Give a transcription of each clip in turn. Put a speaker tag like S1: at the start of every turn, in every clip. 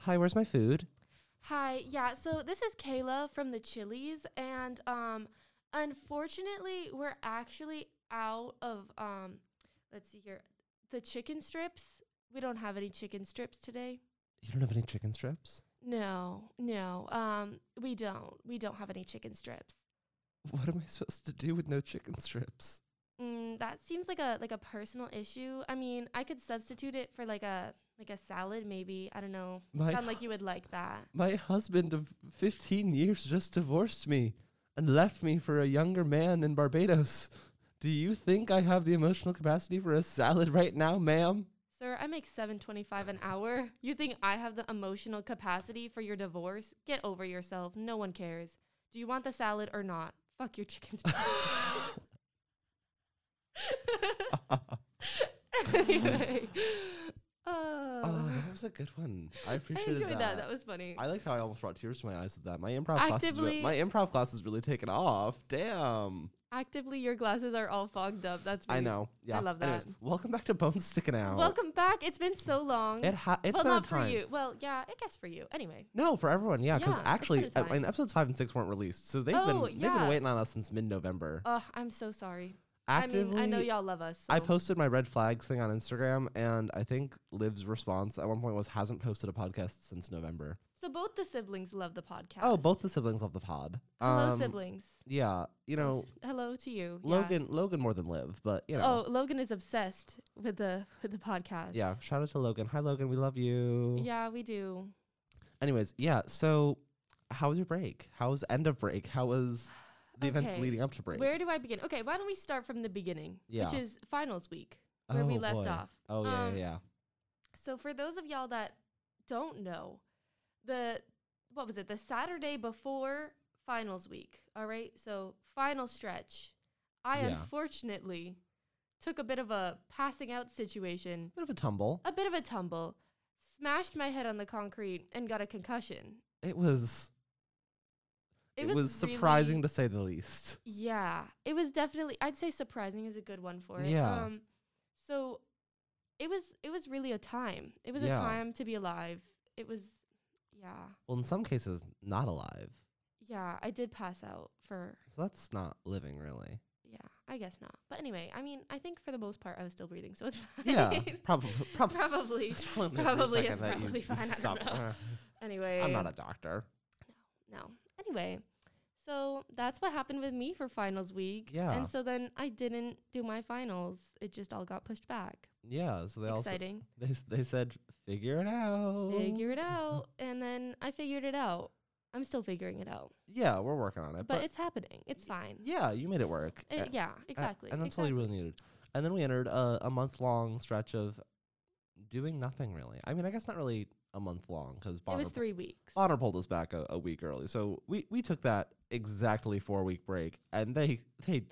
S1: Hi, where's my food?
S2: Hi, yeah, so this is Kayla from the Chili's, and um, unfortunately, we're actually out of um, let's see here, the chicken strips. We don't have any chicken strips today.
S1: You don't have any chicken strips?
S2: No, no, um, we don't. We don't have any chicken strips.
S1: What am I supposed to do with no chicken strips?
S2: Mm, that seems like a like a personal issue. I mean, I could substitute it for like a like a salad, maybe. I don't know.
S1: My
S2: Sound like you would like that.
S1: my husband of 15 years just divorced me and left me for a younger man in Barbados. Do you think I have the emotional capacity for a salad right now, ma'am?
S2: Sir, I make seven twenty five an hour. You think I have the emotional capacity for your divorce? Get over yourself. No one cares. Do you want the salad or not? Fuck your chicken strips. anyway. Oh.
S1: Oh, that was a good one. I
S2: I
S1: appreciated
S2: enjoyed that.
S1: that.
S2: that. was funny.
S1: I liked how I almost brought tears to my eyes with that. My improv class is
S2: Actively-
S1: re- my improv class is really taken off. Damn.
S2: Actively, your glasses are all fogged up. That's
S1: I
S2: rude.
S1: know. Yeah.
S2: Mm. love
S1: Anyways,
S2: that.
S1: welcome back to Bones Sticking Out.
S2: Welcome back. It's been so long.
S1: It ha- it's
S2: well,
S1: been
S2: not
S1: a time.
S2: for you. Well, yeah, I guess for you. Anyway,
S1: No, for everyone, yeah, because
S2: Yeah, it's been
S1: actually,
S2: a
S1: uh,
S2: time.
S1: and episodes five and six weren't released, so they've been
S2: Oh,
S1: they've been
S2: yeah.
S1: waiting on us since mid-November.
S2: oh, I'm so sorry.
S1: Actively,
S2: I mean, I know y'all love us.
S1: I
S2: so-
S1: posted my red flags thing on Instagram, and I think Liv's response at one point was hasn't posted a podcast since November.
S2: So both the siblings love the podcast.
S1: Oh, both the siblings love the pod.
S2: Hello,
S1: Um,
S2: siblings.
S1: Yeah, you know,
S2: Hello to you. yeah.
S1: Logan, Logan more than Liv, but you know,
S2: Oh, Logan is obsessed with the with the podcast.
S1: yeah. Shout out to Logan. Hi, Logan. We love you.
S2: Yeah, we do.
S1: Anyways, yeah. So, how was your break? How was end of break? How was the events
S2: Okay,
S1: leading up to break?
S2: Where do I begin? Okay, why don't we start from the beginning,
S1: Yeah.
S2: which is finals week, where we
S1: Oh,
S2: left
S1: boy.
S2: off.
S1: Oh yeah,
S2: Um,
S1: yeah, yeah.
S2: So for those of y'all that don't know, the what was it? The Saturday before finals week. All right. So final stretch. I
S1: Yeah.
S2: unfortunately took a bit of a passing out situation,
S1: Bit of a tumble.
S2: a bit of a tumble, smashed my head on the concrete and got a concussion.
S1: It was. It, was, surprising to say the least.
S2: Yeah, it was definitely. I'd say surprising is a good one for it.
S1: Yeah.
S2: Um, so it was. It was really a time. It was a
S1: Yeah.
S2: time to be alive. It was. Yeah.
S1: Well, in some cases, not alive.
S2: Yeah, I did pass out for.
S1: So that's not living, really.
S2: Yeah, I guess not. But anyway, I mean, I think for the most part, I was still breathing, so it's fine.
S1: Yeah, probably. Probably.
S2: probably.
S1: it's probably, there for a
S2: probably
S1: second
S2: is
S1: that you
S2: probably fine, I don't
S1: stopped.
S2: know.
S1: Uh,
S2: Anyway,
S1: I'm not a doctor.
S2: no. Anyway, so that's what happened with me for finals week.
S1: Yeah.
S2: And so then I didn't do my finals. It just all got pushed back.
S1: Yeah. So they also
S2: Exciting.
S1: they s- they said figure it out.
S2: Figure it out, and then I figured it out. I'm still figuring it out,
S1: Yeah, we're working on it.
S2: but, it's happening. It's fine.
S1: Uh, yeah, you made it work.
S2: Uh,
S1: Uh,
S2: yeah,
S1: uh,
S2: exactly.
S1: And that's all
S2: exactly.
S1: you really needed. And then we entered a, a month long stretch of doing nothing really. I mean, I guess not really a month long because
S2: it was three weeks.
S1: Honor pulled us back a, a week early, so we we took that exactly four week break, and they they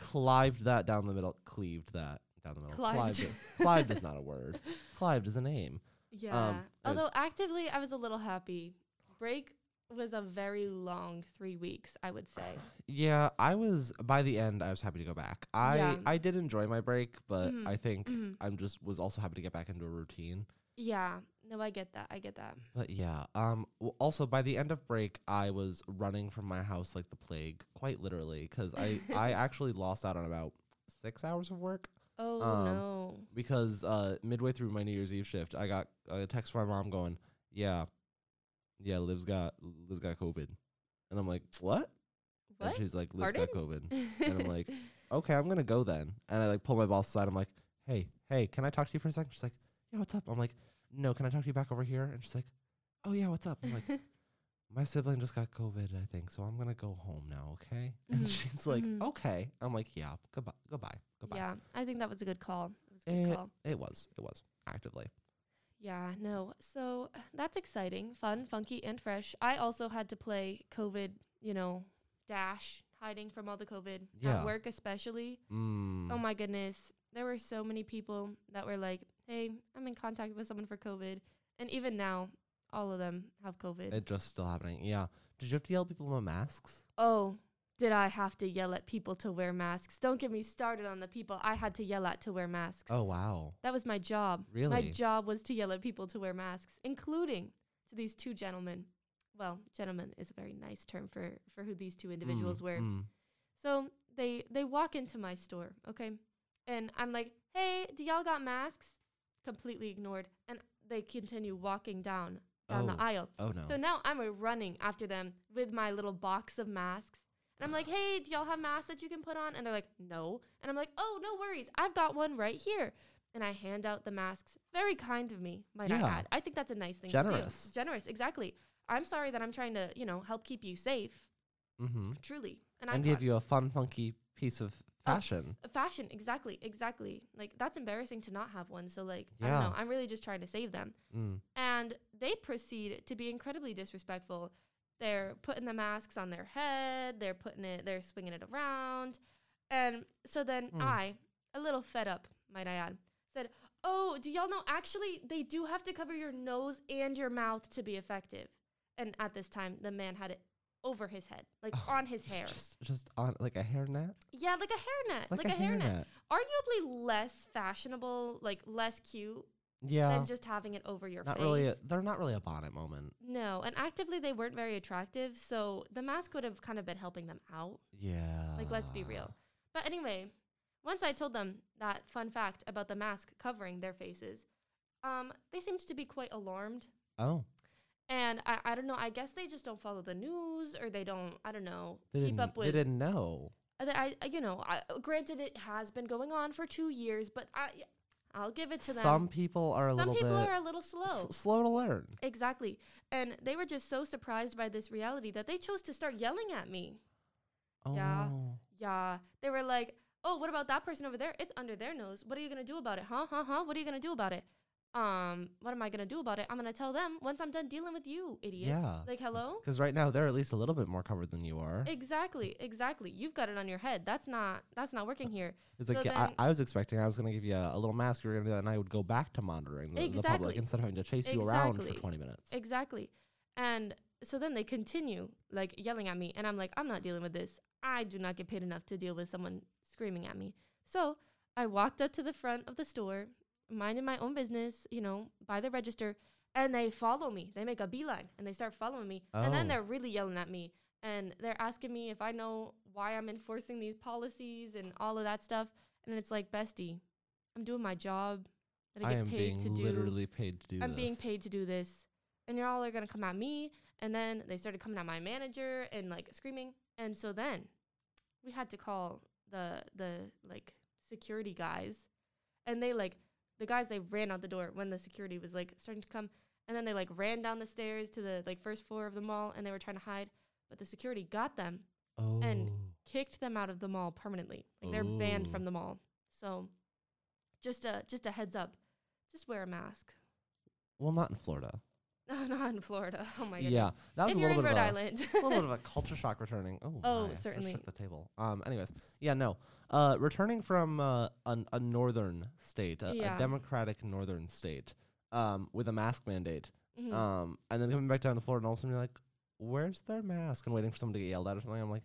S1: clived that down the middle, cleaved that down the middle.
S2: Clived.
S1: Clived, it. clived is not a word. Clived is a name.
S2: Yeah.
S1: I was-
S2: Although actively, I was a little happy. Break was a very long three weeks, I would say.
S1: Yeah, I was by the end. I was happy to go back. I
S2: Yeah.
S1: I did enjoy my break, but
S2: Mhm,
S1: I think
S2: mhm.
S1: I'm just was also happy to get back into a routine.
S2: Yeah. No, I get that. I get that.
S1: But yeah, um. w- Also, by the end of break, I was running from my house like the plague, quite literally, because I I actually lost out on about six hours of work
S2: Oh
S1: Um,
S2: no.
S1: because uh, midway through my New Year's Eve shift, I got a text from my mom going, "Yeah, yeah, Liv's got Liv's got COVID," and I'm like, "What?" And
S2: What?
S1: she's like, "Liv's got COVID."
S2: and
S1: I'm like, okay, I'm gonna go then. And I like pull my boss aside. I'm like, hey, hey, can I talk to you for a second? She's like, yeah, what's up? I'm like, no, can I talk to you back over here? And she's like, oh yeah, what's up? I'm like, my sibling just got COVID, I think, so I'm gonna go home now, okay? And
S2: Mhm,
S1: she's like,
S2: mhm.
S1: okay. I'm like, yeah, goodbye, goodbye, goodbye.
S2: yeah, I think that was a good call. It was a good
S1: Eh,
S2: call.
S1: It was, it was actively.
S2: Yeah, no. So that's exciting, fun, funky, and fresh. I also had to play COVID, you know, dash, hiding from all the COVID
S1: Yeah.
S2: at work, especially.
S1: Mm.
S2: Oh my goodness. There were so many people that were like, hey, I'm in contact with someone for COVID. And even now, all of them have COVID.
S1: It just still happening. Yeah. Did you have to yell at people about masks?
S2: oh, did I have to yell at people to wear masks? Don't get me started on the people I had to yell at to wear masks.
S1: Oh wow.
S2: That was my job. My
S1: Really?
S2: job was to yell at people to wear masks, including to these two gentlemen. Well, gentlemen is a very nice term for, for who these two individuals
S1: Mm,
S2: were.
S1: mm.
S2: So they they walk into my store, okay? And I'm like, "Hey, do y'all got masks?" Completely ignored. And they continue walking down down
S1: Oh,
S2: the aisle.
S1: Oh no.
S2: So now I'm uh, running after them with my little box of masks. And I'm like, "Hey, do y'all have masks that you can put on?" And they're like, "No." And I'm like, "Oh, no worries. I've got one right here." And I hand out the masks. Very kind of me, might
S1: Yeah.
S2: I add. I think that's a nice thing to
S1: Generous.
S2: do. Generous, exactly. I'm sorry that I'm trying to, you know, help keep you safe,
S1: mm-hmm.
S2: truly. And,
S1: And
S2: I
S1: give you a fun, funky piece of
S2: of
S1: fashion.
S2: f- fashion, exactly, exactly. Like that's embarrassing to not have one. So like, I don't
S1: Yeah.
S2: know. I'm really just trying to save them.
S1: Mm.
S2: And they proceed to be incredibly disrespectful. They're putting the masks on their head. They're putting it. They're swinging it around. And so then
S1: Hmm.
S2: I, a little fed up, might I add, said, "Oh, do y'all know? Actually, they do have to cover your nose and your mouth to be effective." And at this time, the man had it over his head, like
S1: Oh,
S2: on his
S1: Just-
S2: hair.
S1: Just, just on like a hairnet.
S2: Yeah, like a hairnet, like, a hairnet arguably less fashionable, like less cute
S1: Yeah.
S2: than just having it over your
S1: Not
S2: face.
S1: really. A, they're not really a bonnet moment.
S2: no, and actively they weren't very attractive, so the mask would have kind of been helping them out.
S1: Yeah.
S2: Like let's be real. But anyway, once I told them that fun fact about the mask covering their faces, um, they seemed to be quite alarmed.
S1: Oh,
S2: And I, I don't know, I guess they just don't follow the news or they don't, I don't know,
S1: they
S2: keep
S1: didn't.
S2: up
S1: they
S2: with
S1: didn't know.
S2: Uh, th- I, I- you know, I, granted it has been going on for two years, but I, I'll give it to them.
S1: Some people are a
S2: Some
S1: little
S2: people
S1: bit
S2: are a little slow.
S1: s- slow to learn.
S2: exactly, and they were just so surprised by this reality that they chose to start yelling at me.
S1: Oh
S2: Yeah.
S1: no.
S2: Yeah, they were like, "Oh, what about that person over there? It's under their nose. What are you gonna do about it? Huh? Huh? Huh? What are you gonna do about it? Um, what am I gonna do about it? I'm gonna tell them once I'm done dealing with you, idiots.
S1: Yeah.
S2: Like, hello.
S1: Because right now they're at least a little bit more covered than you are.
S2: Exactly, exactly. You've got it on your head. That's not that's not working here.
S1: It's like
S2: So
S1: yeah,
S2: then-
S1: I, I was expecting I was going to give you a, a little mask you were going to do that, and I would go back to monitoring the, the
S2: Exactly.
S1: public instead of having to chase you around for
S2: Exactly.
S1: 20 minutes.
S2: Exactly. And so then they continue like yelling at me and I'm like I'm not dealing with this. I do not get paid enough to deal with someone screaming at me. So I walked up to the front of the store, minding my own business, you know, by the register, and they follow me. They make a beeline and they start following me. And then
S1: Oh.
S2: they're really yelling at me and they're asking me if I know why I'm enforcing these policies and all of that stuff. And it's like, bestie, I'm doing my job that I
S1: I
S2: get
S1: am
S2: paid
S1: being
S2: to do.
S1: literally paid to do
S2: I'm being
S1: this.
S2: paid to do this. And y'all are gonna come at me. And then they started coming at my manager and like screaming. And so then we had to call the the like security guys. And they like the guys they ran out the door when the security was like starting to come. And then they like ran down the stairs to the like first floor of the mall and they were trying to hide. But the security got them,
S1: Oh.
S2: and kicked them out of the mall permanently. Like they're banned
S1: Ooh.
S2: from the mall. So just a just a heads up. Just wear a mask.
S1: well, not in Florida.
S2: No, not in Florida. Oh my goodness.
S1: Yeah, that was
S2: if
S1: a
S2: you're
S1: little
S2: in
S1: bit
S2: Rhode
S1: of a,
S2: Island.
S1: a little bit of a culture shock returning. Oh,
S2: Oh,
S1: my, I
S2: certainly.
S1: Shook the table. Um. Anyways, yeah, no. Uh, returning from uh, an, a northern state, a,
S2: Yeah.
S1: a democratic northern state, um, with a mask mandate,
S2: Mhm.
S1: um, and then coming back down to Florida, and all of a sudden you're like, "Where's their mask?" and waiting for someone to get yelled at or something. I'm like,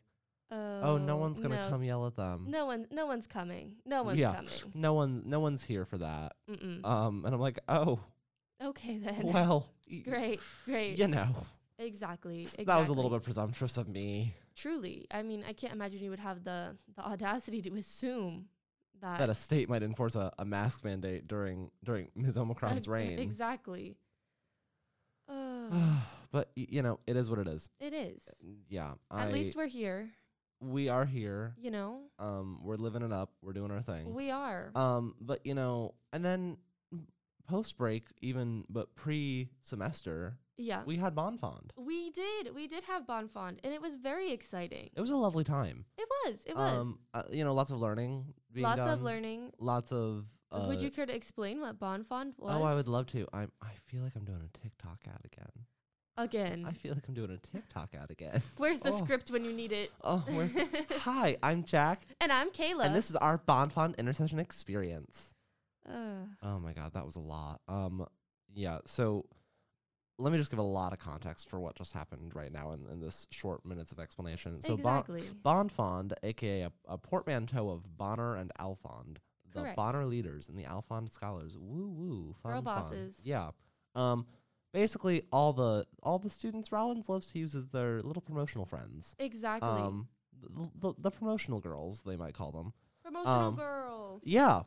S1: "Oh, no one's gonna
S2: no.
S1: come yell at them.
S2: No one, no one's coming. No one's
S1: Yeah.
S2: coming.
S1: No one, no one's here for that."
S2: Mm-mm.
S1: Um, and I'm like, "Oh,
S2: okay then.
S1: well, y-
S2: great, great.
S1: You know,
S2: Exactly,
S1: s- that was a little
S2: exactly.
S1: bit presumptuous of me
S2: Truly, I mean, I can't imagine you would have the the audacity to assume that,
S1: that a state might enforce a, a mask mandate during during Ms. Omicron's
S2: uh,
S1: reign."
S2: Exactly. Uh,
S1: but y- you know, it is what it is.
S2: it is.
S1: Yeah,
S2: At
S1: I-
S2: least we're here.
S1: we are here.
S2: You know,
S1: Um, we're living it up. We're doing our thing.
S2: we are.
S1: Um, but you know, and then post break, even but pre semester,
S2: yeah, we,
S1: we had Bon Fond.
S2: did. We did have Bon Fond, and it was very exciting.
S1: It was a lovely time.
S2: It was. It was.
S1: uh, you know, lots of learning. Being
S2: Lots of
S1: done,
S2: learning.
S1: Lots of. Uh,
S2: Would you care to explain what Bon Fond was?
S1: Oh, I would love to. I'm. I feel like I'm doing a TikTok ad again.
S2: Again,
S1: I feel like I'm doing a TikTok ad again.
S2: where's the
S1: oh.
S2: script when you need it?
S1: Oh, where's the- hi? I'm Jack,
S2: And I'm Kayla.
S1: and this is our Bon Fond intercession experience.
S2: Ugh.
S1: Oh my god, that was a lot. Um yeah, so let me just give a lot of context for what just happened right now in, in this short minutes of explanation. So Bon-
S2: exactly.
S1: Bonfond, aka a, a portmanteau of Bonner and Alfond, the
S2: Correct.
S1: Bonner leaders and the Alfond scholars. Woo woo, fun,
S2: Girl
S1: fun.
S2: bosses.
S1: Yeah. Um, basically, all the all the students Rollins loves to use as their little promotional friends.
S2: exactly.
S1: Um, the, the, the promotional girls they might call them.
S2: Promotional
S1: um,
S2: girl.
S1: Yeah,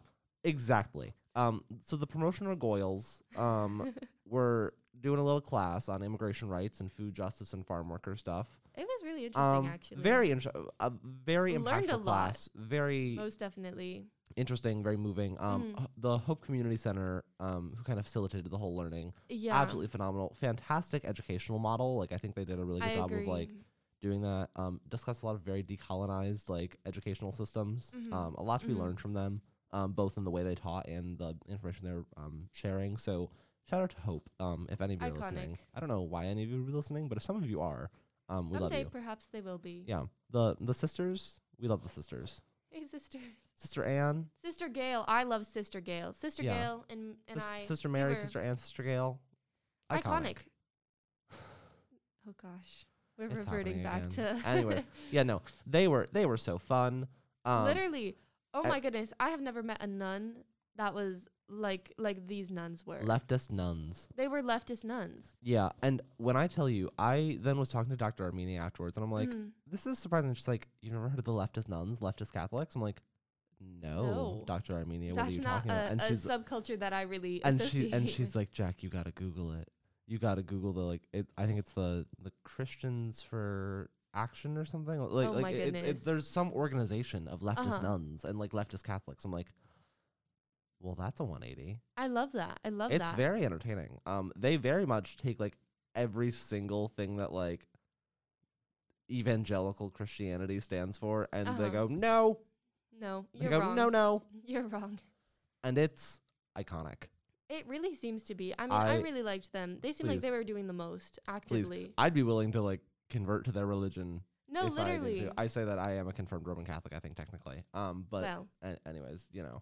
S1: exactly. Um, so the promotional goyles um were doing a little class on immigration rights and food justice and farm worker stuff.
S2: It was really interesting,
S1: Um,
S2: actually.
S1: Very interesting. A very
S2: Learned
S1: impactful
S2: a lot.
S1: class. Very
S2: Most definitely.
S1: interesting. Very moving. Um,
S2: Mhm.
S1: h- the Hope Community Center, um, who kind of facilitated the whole learning,
S2: Yeah.
S1: absolutely phenomenal, fantastic educational model. Like I think they did a really good
S2: I
S1: job
S2: agree.
S1: of like doing that. Um, discussed a lot of very decolonized like educational systems.
S2: Mhm.
S1: Um, a lot to be
S2: Mhm.
S1: learned from them, um, both in the way they taught and the information they're um, sharing. So shout out to Hope. Um, if any of you are listening,
S2: Iconic.
S1: I don't know why any of you are listening, but if some of you are, um, we love
S2: Someday
S1: you.
S2: perhaps they will be.
S1: Yeah, the the sisters. We love the sisters.
S2: Hey sisters.
S1: Sister Anne,
S2: Sister Gail. I love Sister Gail. Sister
S1: Yeah.
S2: Gail and and
S1: sis-
S2: I
S1: Sister
S2: we
S1: Mary,
S2: were
S1: Sister Anne, Sister Gail.
S2: iconic. Oh gosh. We're
S1: It's
S2: reverting back
S1: happening
S2: to
S1: again. Anyways, Yeah, no, they were they were so fun. Um,
S2: Literally. Oh
S1: I-
S2: my goodness. I have never met a nun that was like like these nuns were.
S1: leftist nuns.
S2: they were leftist nuns.
S1: Yeah, and when I tell you, I then was talking to Dr. Armenia afterwards, and I'm like,
S2: Mhm.
S1: this is surprising. She's like, you've never heard of the leftist nuns, leftist Catholics? I'm like, no,
S2: No.
S1: Dr. Armenia, what
S2: that's
S1: are you
S2: not
S1: talking about?
S2: a,
S1: And
S2: a
S1: she's
S2: subculture that I really
S1: and
S2: associate.
S1: she and she's like, Jack, you gotta Google it. You gotta Google the like. It, I think it's the the Christians for Action or something. Like
S2: Oh
S1: like
S2: my
S1: it- it- it-
S2: goodness.
S1: there's some organization of leftist
S2: Uh-huh.
S1: nuns and like leftist Catholics. I'm like, well, that's a 180.
S2: I love that. I love
S1: It's
S2: that.
S1: very entertaining. Um, they very much take like every single thing that like evangelical Christianity stands for, and they
S2: Uh-huh.
S1: go no,
S2: no,
S1: they
S2: you're
S1: go
S2: wrong.
S1: no no,
S2: You're wrong.
S1: and it's iconic.
S2: It really seems to be. I mean, I,
S1: I-
S2: really liked them. They seemed like
S1: please.
S2: they were doing the most
S1: Please,
S2: actively.
S1: I'd be willing to like convert to their religion if
S2: No,
S1: I needed to.
S2: literally.
S1: I, say that I am a confirmed Roman Catholic. I think technically. Um, but
S2: well,
S1: an- anyways, you know,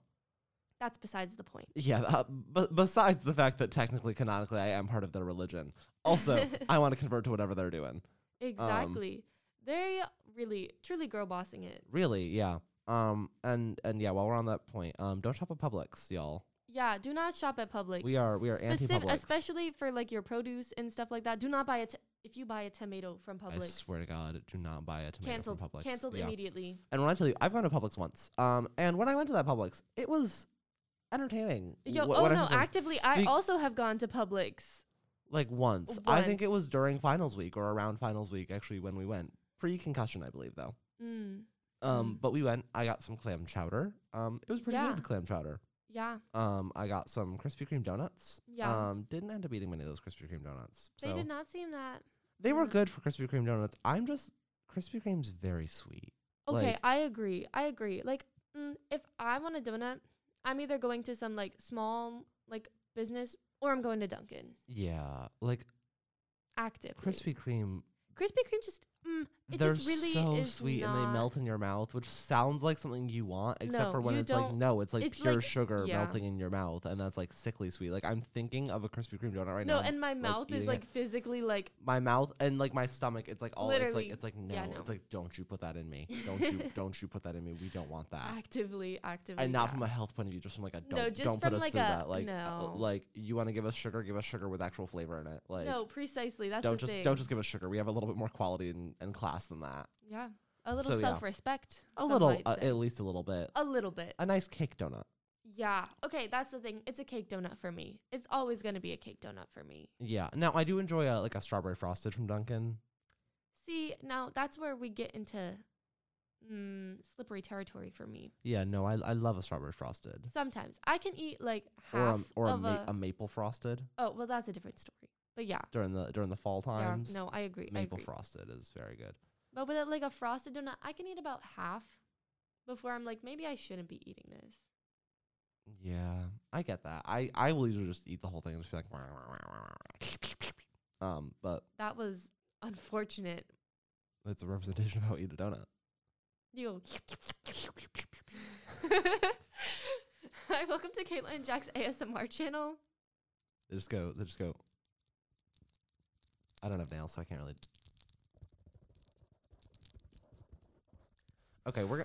S2: that's besides the point.
S1: yeah. Uh, b- besides the fact that technically, canonically, I am part of their religion. Also, I want to convert to whatever they're doing.
S2: Exactly. they really, truly girl bossing it.
S1: Really, yeah. Um, and and yeah. While we're on that point, um, don't shop at Publix, y'all.
S2: Yeah, do not shop at Publix.
S1: We are we are anti
S2: Specific,
S1: Publix.
S2: especially for like your produce and stuff like that. Do not buy it if you buy a tomato from
S1: I
S2: Publix.
S1: swear to God, do not buy a tomato
S2: canceled,
S1: from Publix.
S2: canceled
S1: yeah.
S2: immediately.
S1: And when I tell you, I've gone to Publix once. Um, and when I went to that Publix, it was entertaining.
S2: Yo,
S1: Wh-
S2: oh
S1: what I
S2: no,
S1: was doing-
S2: actively, I
S1: Be-
S2: also have gone to Publix.
S1: like once. I think it
S2: Once.
S1: was during finals week or around finals week, actually, when we went pre-concussion, I believe, though.
S2: Mm,
S1: Um,
S2: Mm.
S1: but we went. I got some clam chowder. Um, it was pretty
S2: Yeah.
S1: good clam chowder.
S2: yeah,
S1: Um, I got some Krispy Kreme donuts.
S2: Yeah.
S1: Um, didn't end up eating many of those Krispy Kreme donuts. So
S2: they did not seem that.
S1: they were
S2: Mm.
S1: good for Krispy Kreme donuts. I'm just Krispy Kreme's very sweet.
S2: Okay,
S1: Like-
S2: I agree. I agree. Like, mm, if I want a donut, I'm either going to some like small like business or I'm going to Dunkin'.
S1: Yeah, like
S2: Active.
S1: Krispy Kreme.
S2: Krispy Kreme just mm, it
S1: they're
S2: just really
S1: so
S2: is
S1: sweet and
S2: not-
S1: they melt in your mouth, which sounds like something you want, except
S2: No,
S1: for when
S2: you
S1: it's like
S2: don't-
S1: no, it's like
S2: it's
S1: pure
S2: like-
S1: sugar
S2: yeah.
S1: melting in your mouth, and that's like sickly sweet. Like I'm thinking of a Krispy Kreme donut right
S2: no,
S1: now.
S2: and my mouth
S1: eating
S2: is
S1: it.
S2: like physically like
S1: my mouth and like my stomach it's like all it's like
S2: Literally.
S1: it's like no,
S2: Yeah,
S1: it's
S2: no.
S1: like don't you put that in me don't you don't you put that in me we don't want that
S2: actively actively.
S1: Ah. and not
S2: yeah.
S1: from a health point of view just from like a don't,
S2: No, just
S1: don't put
S2: from
S1: us
S2: like
S1: through
S2: a-
S1: that like uh,
S2: no.
S1: like you want to give us sugar give us sugar with actual flavor in it like
S2: no, precisely. That's
S1: don't
S2: the
S1: just
S2: thing.
S1: don't just give us sugar we have a little bit more quality and, and class than that
S2: yeah, a little
S1: So, yeah.
S2: self-respect.
S1: a
S2: some
S1: little
S2: might
S1: uh,
S2: say.
S1: at least a little bit
S2: a little bit.
S1: a nice cake donut
S2: Yeah. Okay, that's the thing. It's a cake donut for me. It's always gonna be a cake donut for me.
S1: yeah now i do enjoy a, like a strawberry frosted from dunkin
S2: See, now that's where we get into mm, slippery territory for me.
S1: yeah no i, I love a strawberry frosted
S2: Sometimes I can eat like
S1: or
S2: half
S1: a, or a,
S2: of
S1: ma-
S2: a,
S1: a maple frosted
S2: Oh well, that's a different story. But yeah,
S1: during the during the fall
S2: yeah.
S1: times
S2: No, I agree. I
S1: maple
S2: agree.
S1: frosted is very good
S2: But with a, like a frosted donut, I can eat about half before I'm like, maybe I shouldn't be eating this.
S1: Yeah, I get that. I I will usually just eat the whole thing and just be like, "Wah, wah, wah, wah, wah." um, but
S2: That was unfortunate.
S1: it's a representation of how I eat a donut.
S2: You. Hi, welcome to Caitlin and Jack's ASMR channel.
S1: They just go, they just go. I don't have nails, so I can't really. Okay, we're go-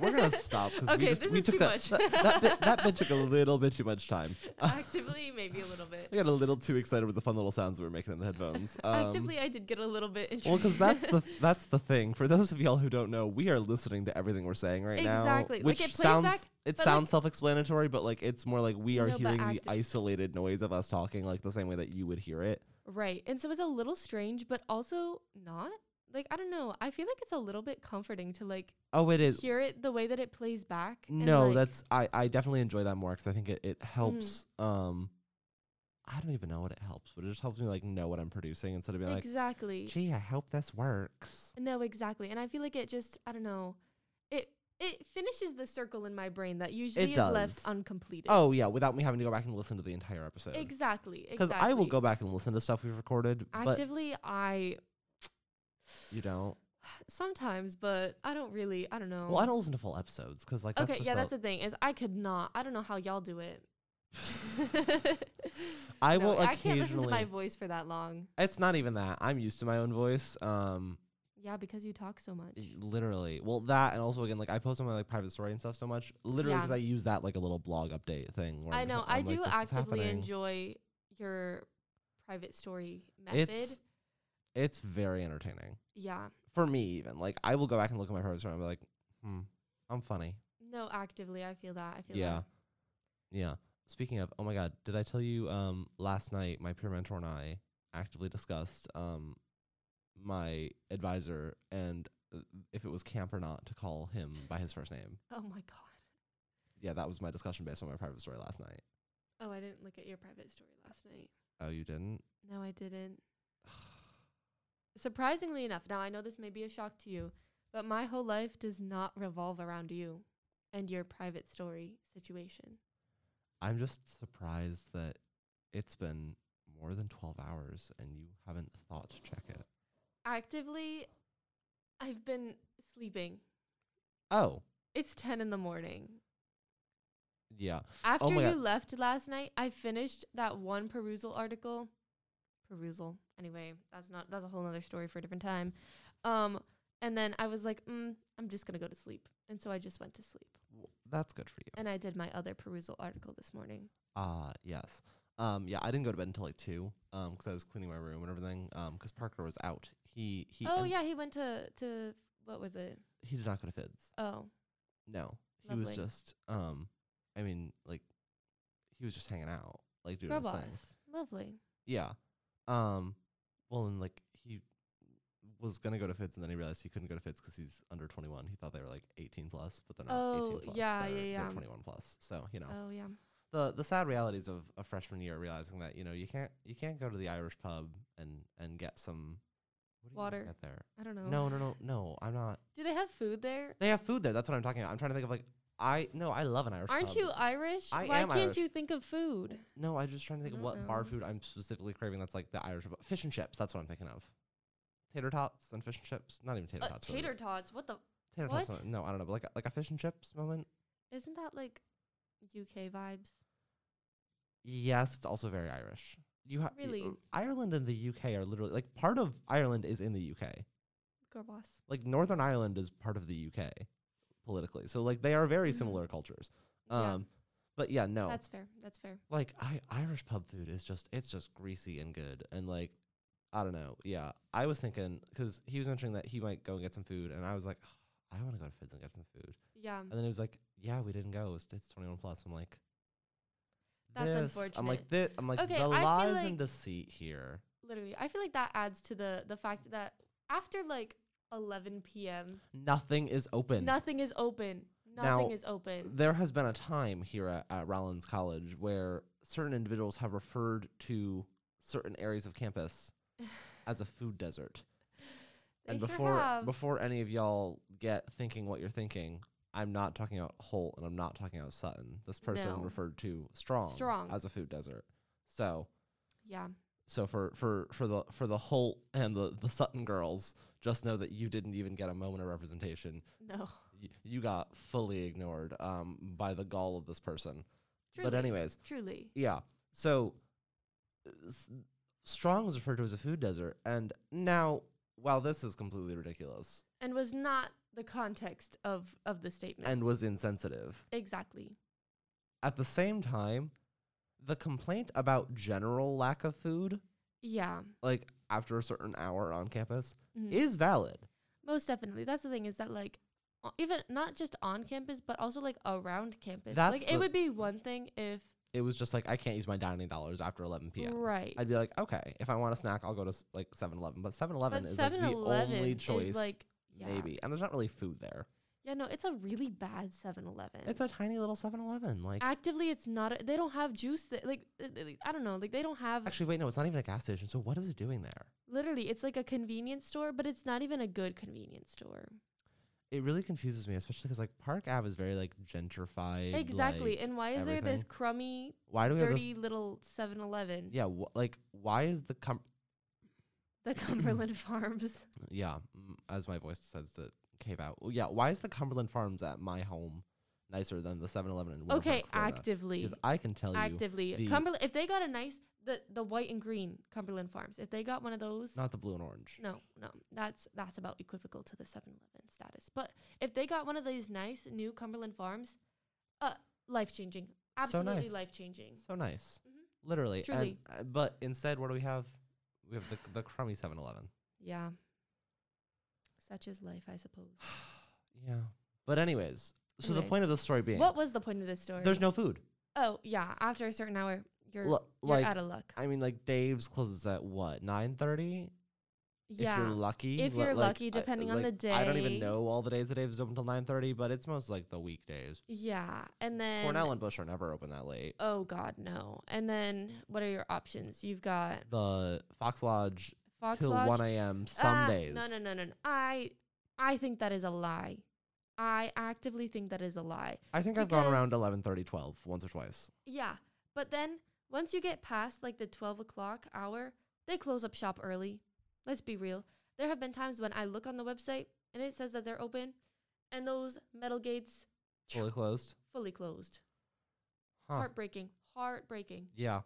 S1: we're gonna stop because
S2: Okay,
S1: we, just-
S2: this
S1: we
S2: is
S1: took
S2: too
S1: that,
S2: much.
S1: That, that bit, that bit took a little bit too much time.
S2: Actively, maybe a little bit.
S1: I got a little too excited with the fun little sounds we were making in the headphones. Um,
S2: Actively, I did get a little bit.
S1: Well, because that's the
S2: intrigued.
S1: that's the thing. For those of y'all who don't know, we are listening to everything we're saying right
S2: Exactly.
S1: now.
S2: Like,
S1: Which
S2: it plays
S1: sounds
S2: back,
S1: it
S2: but, like-
S1: sounds self-explanatory, but like it's more like we are
S2: No, but
S1: hearing the
S2: active.
S1: isolated noise of us talking, like the same way that you would hear it.
S2: right, and so it's a little strange, but also not. Like I don't know. I feel like it's a little bit comforting to like
S1: Oh, it is.
S2: hear it the way that it plays back. and,
S1: no,
S2: like- Mm-hmm.
S1: that's I I definitely enjoy that more because I think it it helps. Um, I don't even know what it helps, but it just helps me like know what I'm producing instead of being like,
S2: exactly.
S1: gee, I hope this works.
S2: No, exactly. And I feel like it just I don't know. It it finishes the circle in my brain that usually is left
S1: does.
S2: uncompleted.
S1: Oh yeah, without me having to go back and listen to the entire episode.
S2: exactly.
S1: Because
S2: Exactly.
S1: I will go back and listen to stuff we've recorded, but
S2: actively. I
S1: you don't.
S2: sometimes, but I don't really. I don't know.
S1: Well, I don't listen to full episodes because like that's
S2: Okay,
S1: just
S2: yeah,
S1: a-
S2: that's the thing is I could not. I don't know how y'all do it.
S1: I
S2: No,
S1: will occasionally.
S2: I can't listen to my voice for that long.
S1: it's not even that. I'm used to my own voice. Um,
S2: Yeah, because you talk so much.
S1: y- literally. Well, that and also again, like I post on my like private story and stuff so much, literally
S2: Yeah.
S1: because I use that like a little blog update thing. Where
S2: I
S1: I'm
S2: know.
S1: just-
S2: I
S1: I'm like,
S2: do
S1: "This is
S2: actively
S1: happening."
S2: enjoy your private story method.
S1: It's it's very entertaining
S2: yeah.
S1: for me. Even like I will go back and look at my private story and be like, hmm, I'm funny.
S2: No, actively, I feel that. I feel
S1: Yeah.
S2: that.
S1: Yeah. Speaking of, oh my god, did I tell you um last night my peer mentor and I actively discussed um my advisor and uh, if it was camp or not to call him by his first name.
S2: Oh my god.
S1: Yeah, that was my discussion based on my private story last night.
S2: Oh, I didn't look at your private story last night.
S1: Oh, you didn't?
S2: No, I didn't. Surprisingly enough, now I know this may be a shock to you, but my whole life does not revolve around you and your private story situation.
S1: I'm just surprised that it's been more than 12 hours and you haven't thought to check it.
S2: Actively, I've been sleeping.
S1: Oh,
S2: It's 10 in the morning.
S1: yeah.
S2: After
S1: Oh my
S2: you
S1: God.
S2: left last night, I finished that one perusal article. Perusal. Anyway, that's not that's a whole nother story for a different time. Um, and then I was like, mm, I'm just gonna go to sleep, and so I just went to sleep.
S1: W- That's good for you.
S2: And I did my other perusal article this morning.
S1: Ah, yes. Um, yeah, I didn't go to bed until like two, um, 'cause I was cleaning my room and everything. Um, 'cause Parker was out. He he.
S2: oh
S1: and
S2: yeah, he went to to what was it?
S1: He did not go to Fids.
S2: Oh
S1: No, he was
S2: Lovely.
S1: just um, I mean, like, he was just hanging out, like doing his
S2: Robos.
S1: thing.
S2: Lovely.
S1: Yeah. Um, well, and like he was gonna go to Fids, and then he realized he couldn't go to Fids 'cause he's under twenty one. He thought they were like eighteen plus, but they're not
S2: Oh,
S1: eighteen plus.
S2: yeah, yeah,
S1: they're,
S2: yeah.
S1: Twenty one plus. So you know,
S2: Oh yeah.
S1: the the sad realities of a freshman year realizing that you know you can't you can't go to the Irish pub and and get some what do you
S2: Water. Oh.
S1: get there.
S2: I don't know.
S1: No, no, no, no. I'm not.
S2: Do they have food there?
S1: They have food there. That's what I'm talking about. I'm trying to think of like I no. I love an Irish.
S2: Aren't
S1: pub.
S2: you uh, Irish?
S1: I
S2: Why
S1: am
S2: can't
S1: Irish.
S2: you think of food?
S1: No, I'm just trying to think
S2: I
S1: of
S2: don't
S1: what bar
S2: know.
S1: food I'm specifically craving. That's like the Irish pub. fish and chips. That's what I'm thinking of. Tater tots and fish and chips. Not even tater
S2: Uh,
S1: tots. really.
S2: tater tots. What the?
S1: Tater tots.
S2: what?
S1: uh, No, I don't know. But like a- like a fish and chips moment.
S2: Isn't that like UK vibes?
S1: Yes, it's also very Irish. You ha- y-
S2: Really?
S1: uh, Ireland and the UK are literally like part of Ireland is in the UK.
S2: Gorbass.
S1: like Northern Ireland is part of the UK politically. So like they are very
S2: Mhm.
S1: similar cultures.
S2: Yeah.
S1: Um but yeah, no.
S2: That's fair. That's fair.
S1: like I Irish pub food is just it's just greasy and good and like I don't know. Yeah. I was thinking cuz he was mentioning that he might go and get some food and I was like I want to go to Fids and get some food.
S2: Yeah.
S1: And then it was like, yeah, we didn't go. It's, it's 21 plus. I'm like
S2: That's
S1: this- I'm like this. I'm like the
S2: Okay, I feel
S1: lies
S2: like-
S1: and deceit here.
S2: Literally. I feel like that adds to the the fact that after like 11 p.m.,
S1: Nothing is open.
S2: nothing is open. Nothing
S1: Now,
S2: is open.
S1: there has been a time here at, at Rollins College where certain individuals have referred to certain areas of campus as a food desert.
S2: They
S1: and
S2: sure
S1: before
S2: have.
S1: before any of y'all get thinking what you're thinking, I'm not talking about Holt and I'm not talking about Sutton. This person
S2: No.
S1: referred to Strong,
S2: Strong.
S1: as a food desert. So
S2: yeah.
S1: so for for for the for the Holt and the the Sutton girls, just know that you didn't even get a moment of representation
S2: No.
S1: y- you got fully ignored um, by the gall of this person.
S2: Truly.
S1: But anyways,
S2: Truly.
S1: yeah. So, uh, s- strong was referred to as a food desert. And now, while this is completely ridiculous
S2: and was not the context of of the statement.
S1: and was insensitive,
S2: exactly.
S1: at the same time, the complaint about general lack of food,
S2: Yeah.
S1: like after a certain hour on campus,
S2: Mhm.
S1: is valid.
S2: Most definitely. That's the thing is that like o- even not just on campus but also like around campus.
S1: That's
S2: like it
S1: the-
S2: would be one thing if
S1: It was just like, I can't use my dining dollars after 11 p.m.
S2: right.
S1: I'd be like, okay, if I want a snack, I'll go to s- like 7 Eleven. But 7
S2: but
S1: Eleven is like,
S2: 7
S1: the only choice,
S2: is like yeah.
S1: maybe. And there's not really food there.
S2: Yeah, no, it's a really bad 7-Eleven.
S1: It's a tiny little 7 Eleven. Like,
S2: actively it's not a, they don't have juice that, like uh, uh, like, I don't know, like they don't have
S1: actually, wait, no, it's not even a gas station. So what is it doing there?
S2: literally it's like a convenience store but it's not even a good convenience store.
S1: It really confuses me, especially because like Park Ave is very like gentrified.
S2: Exactly.
S1: like,
S2: and why is there this
S1: everything.
S2: crummy
S1: why do we have this?
S2: dirty little 7-Eleven?
S1: Yeah, wh- like why is the com-
S2: The Cumberland Farms.
S1: yeah, mm, as my voice decides to cave out. Well, yeah, why is the Cumberland Farms at my home nicer than the 7-Eleven in Winter
S2: Okay,
S1: actively.
S2: actively.
S1: Because I can tell you,
S2: actively.
S1: the-
S2: Cumberland if they got a nice the the white and green Cumberland Farms. If they got one of those
S1: not the blue and orange.
S2: No, no. That's that's about equivocal to the 7-Eleven status. But if they got one of these nice new Cumberland Farms, uh life-changing. Absolutely
S1: nice.
S2: life-changing.
S1: So nice,
S2: Mhm.
S1: literally. and-
S2: Truly.
S1: uh, but instead, what do we have? We have the the crummy 7-Eleven.
S2: Yeah. Such is life, I suppose.
S1: Yeah. But anyways, so the
S2: Anyway.
S1: point of the story being,
S2: What was the point of this story?
S1: there's no food.
S2: oh, yeah, after a certain hour, you're
S1: Lo-
S2: you're
S1: like
S2: out of luck.
S1: I mean, like Dave's closes at what nine thirty.
S2: yeah.
S1: If you're lucky.
S2: If
S1: li-
S2: you're
S1: like,
S2: lucky, depending on
S1: like,
S2: the
S1: I don't
S2: day.
S1: even know all the days that Dave's open till nine thirty, but it's most like the weekdays.
S2: yeah, and then
S1: Cornell and Bush are never open that late.
S2: Oh God, no. And then what are your options? You've got
S1: The Fox Lodge
S2: Fox
S1: till
S2: Lodge.
S1: one a.m. Some
S2: Ah,
S1: days.
S2: No, no, no, no. no. I I think that is a lie. I actively think that is a lie.
S1: I think I've gone around
S2: Because-
S1: 11, 12 once or twice.
S2: Yeah, but then once you get past like the twelve o'clock hour, they close up shop early. Let's be real. There have been times when I look on the website and it says that they're open, and those metal gates
S1: Fully closed.
S2: fully closed.
S1: Huh.
S2: Heartbreaking. Heartbreaking.
S1: Yeah.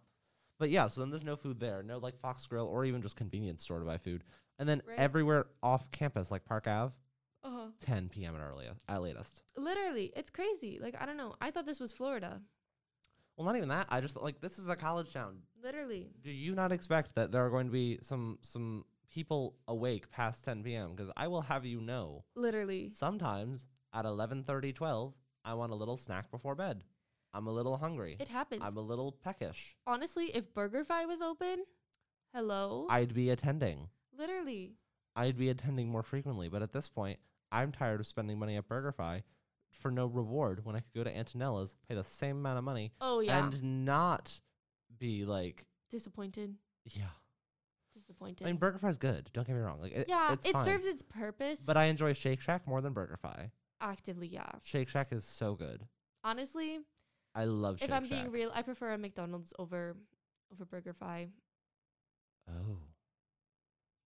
S1: But yeah, so then there's no food there, no like Fox Grill or even just convenience store to buy food. And then
S2: Right.
S1: everywhere off campus, like Park Ave,
S2: Uh-huh.
S1: 10 p.m. at earliest, at latest.
S2: Literally, it's crazy. Like I don't know. I thought this was Florida.
S1: Well, not even that. I just like this is a college town.
S2: Literally.
S1: Do you not expect that there are going to be some some people awake past 10 p.m.? Because I will have you know,
S2: Literally.
S1: sometimes at 11:30, 12, I want a little snack before bed. I'm a little hungry.
S2: It happens.
S1: I'm a little peckish.
S2: Honestly, if BurgerFi was open, hello.
S1: I'd be attending.
S2: Literally.
S1: I'd be attending more frequently. But at this point, I'm tired of spending money at BurgerFi for no reward when I could go to Antonella's, pay the same amount of money,
S2: Oh yeah.
S1: and not be like,
S2: disappointed.
S1: yeah.
S2: Disappointed.
S1: I mean, BurgerFi's good. Don't get me wrong. Like, it,
S2: yeah,
S1: it's
S2: it
S1: fine.
S2: serves its purpose.
S1: But I enjoy Shake Shack more than BurgerFi.
S2: actively, yeah.
S1: Shake Shack is so good.
S2: Honestly,
S1: I love Shake
S2: if I'm
S1: Shack.
S2: being real, I prefer a McDonald's over over BurgerFi.
S1: oh,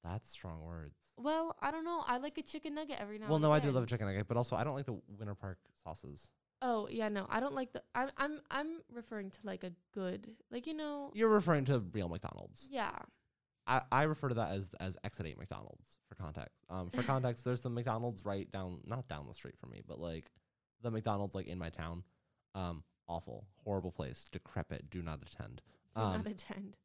S1: that's strong words.
S2: Well, I don't know. I like a chicken nugget every now.
S1: Well,
S2: and
S1: no, I do love a
S2: again.
S1: chicken nugget, but also I don't like the Winter Park sauces.
S2: Oh yeah, no, I don't like the. I'm I'm I'm referring to like a good, like you know.
S1: You're referring to real McDonald's.
S2: Yeah.
S1: I, I refer to that as as Exit Eight McDonald's for context. Um, for context, there's the McDonald's right down, not down the street from me, but like the McDonald's like in my town. Um, awful, horrible place, decrepit. Do not attend.
S2: Do
S1: Um,
S2: not attend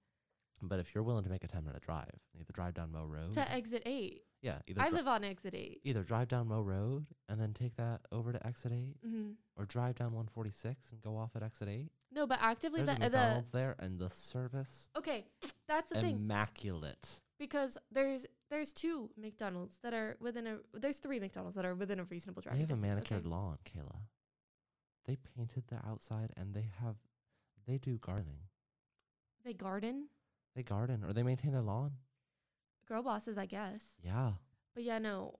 S1: but if you're willing to make a ten minute drive, either drive down Moe Road.
S2: to exit eight.
S1: yeah, either
S2: I
S1: dri-
S2: live on exit 8
S1: either drive down Moe Road and then take that over to Exit Eight,
S2: Mm-hmm.
S1: or drive down 146 and go off at Exit Eight.
S2: No, but actively
S1: There's
S2: the,
S1: a
S2: uh, the
S1: McDonald's there, and the service
S2: okay, that's the thing.
S1: immaculate.
S2: because there's there's two McDonald's that are within a there's three McDonald's that are within a reasonable
S1: They
S2: driving
S1: have a
S2: distance.
S1: manicured
S2: okay?
S1: lawn, Kayla. They painted the outside and they have they do gardening.
S2: They garden,
S1: They garden or they maintain their lawn.
S2: girl bosses, I guess.
S1: Yeah.
S2: But yeah, no,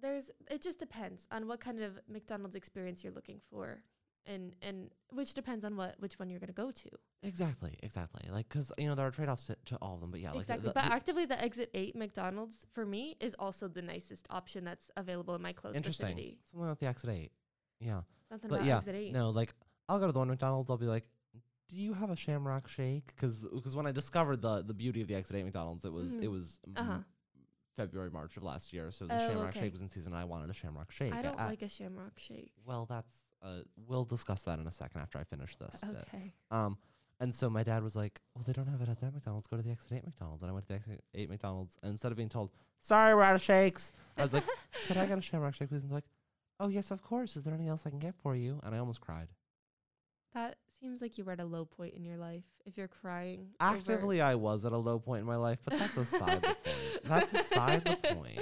S2: there's it just depends on what kind of McDonald's experience you're looking for, and and which depends on what which one you're gonna go to
S1: Exactly, exactly. Like, cause you know there are trade-offs to, to all of them, but yeah, like
S2: exactly.
S1: the,
S2: but
S1: the-
S2: actively, the exit eight McDonald's for me is also the nicest option that's available in my close
S1: interesting.
S2: vicinity.
S1: Something about the exit eight. Yeah,
S2: Something
S1: but
S2: about
S1: yeah,
S2: exit eight.
S1: no, like I'll go to the one McDonald's. I'll be like, do "Do you have a Shamrock Shake?" Because because when I discovered the the beauty of the exit at McDonald's, it was
S2: Mhm.
S1: it was m-
S2: Uh-huh.
S1: February March of last year, so the
S2: Oh,
S1: Shamrock
S2: okay.
S1: Shake was in season. and I wanted a Shamrock Shake. Ah.
S2: I don't
S1: I-
S2: like a shamrock shake.
S1: well, that's uh, we'll discuss that in a second after I finish this. Bit.
S2: Okay.
S1: Um, and so my dad was like, "Well, they don't have it at that McDonald's. Go to the Exit Eight McDonald's." And I went to the Exit Eight McDonald's, and instead of being told, "Sorry, we're out of shakes," I was like, "Could I get a Shamrock Shake, please?" And they're like, "Oh yes, of course. Is there anything else I can get for you?" And I almost cried.
S2: That seems like you were at a low point in your life. If you're crying, over-
S1: Actively, I was at a low point in my life, but that's aside the point. That's aside the point.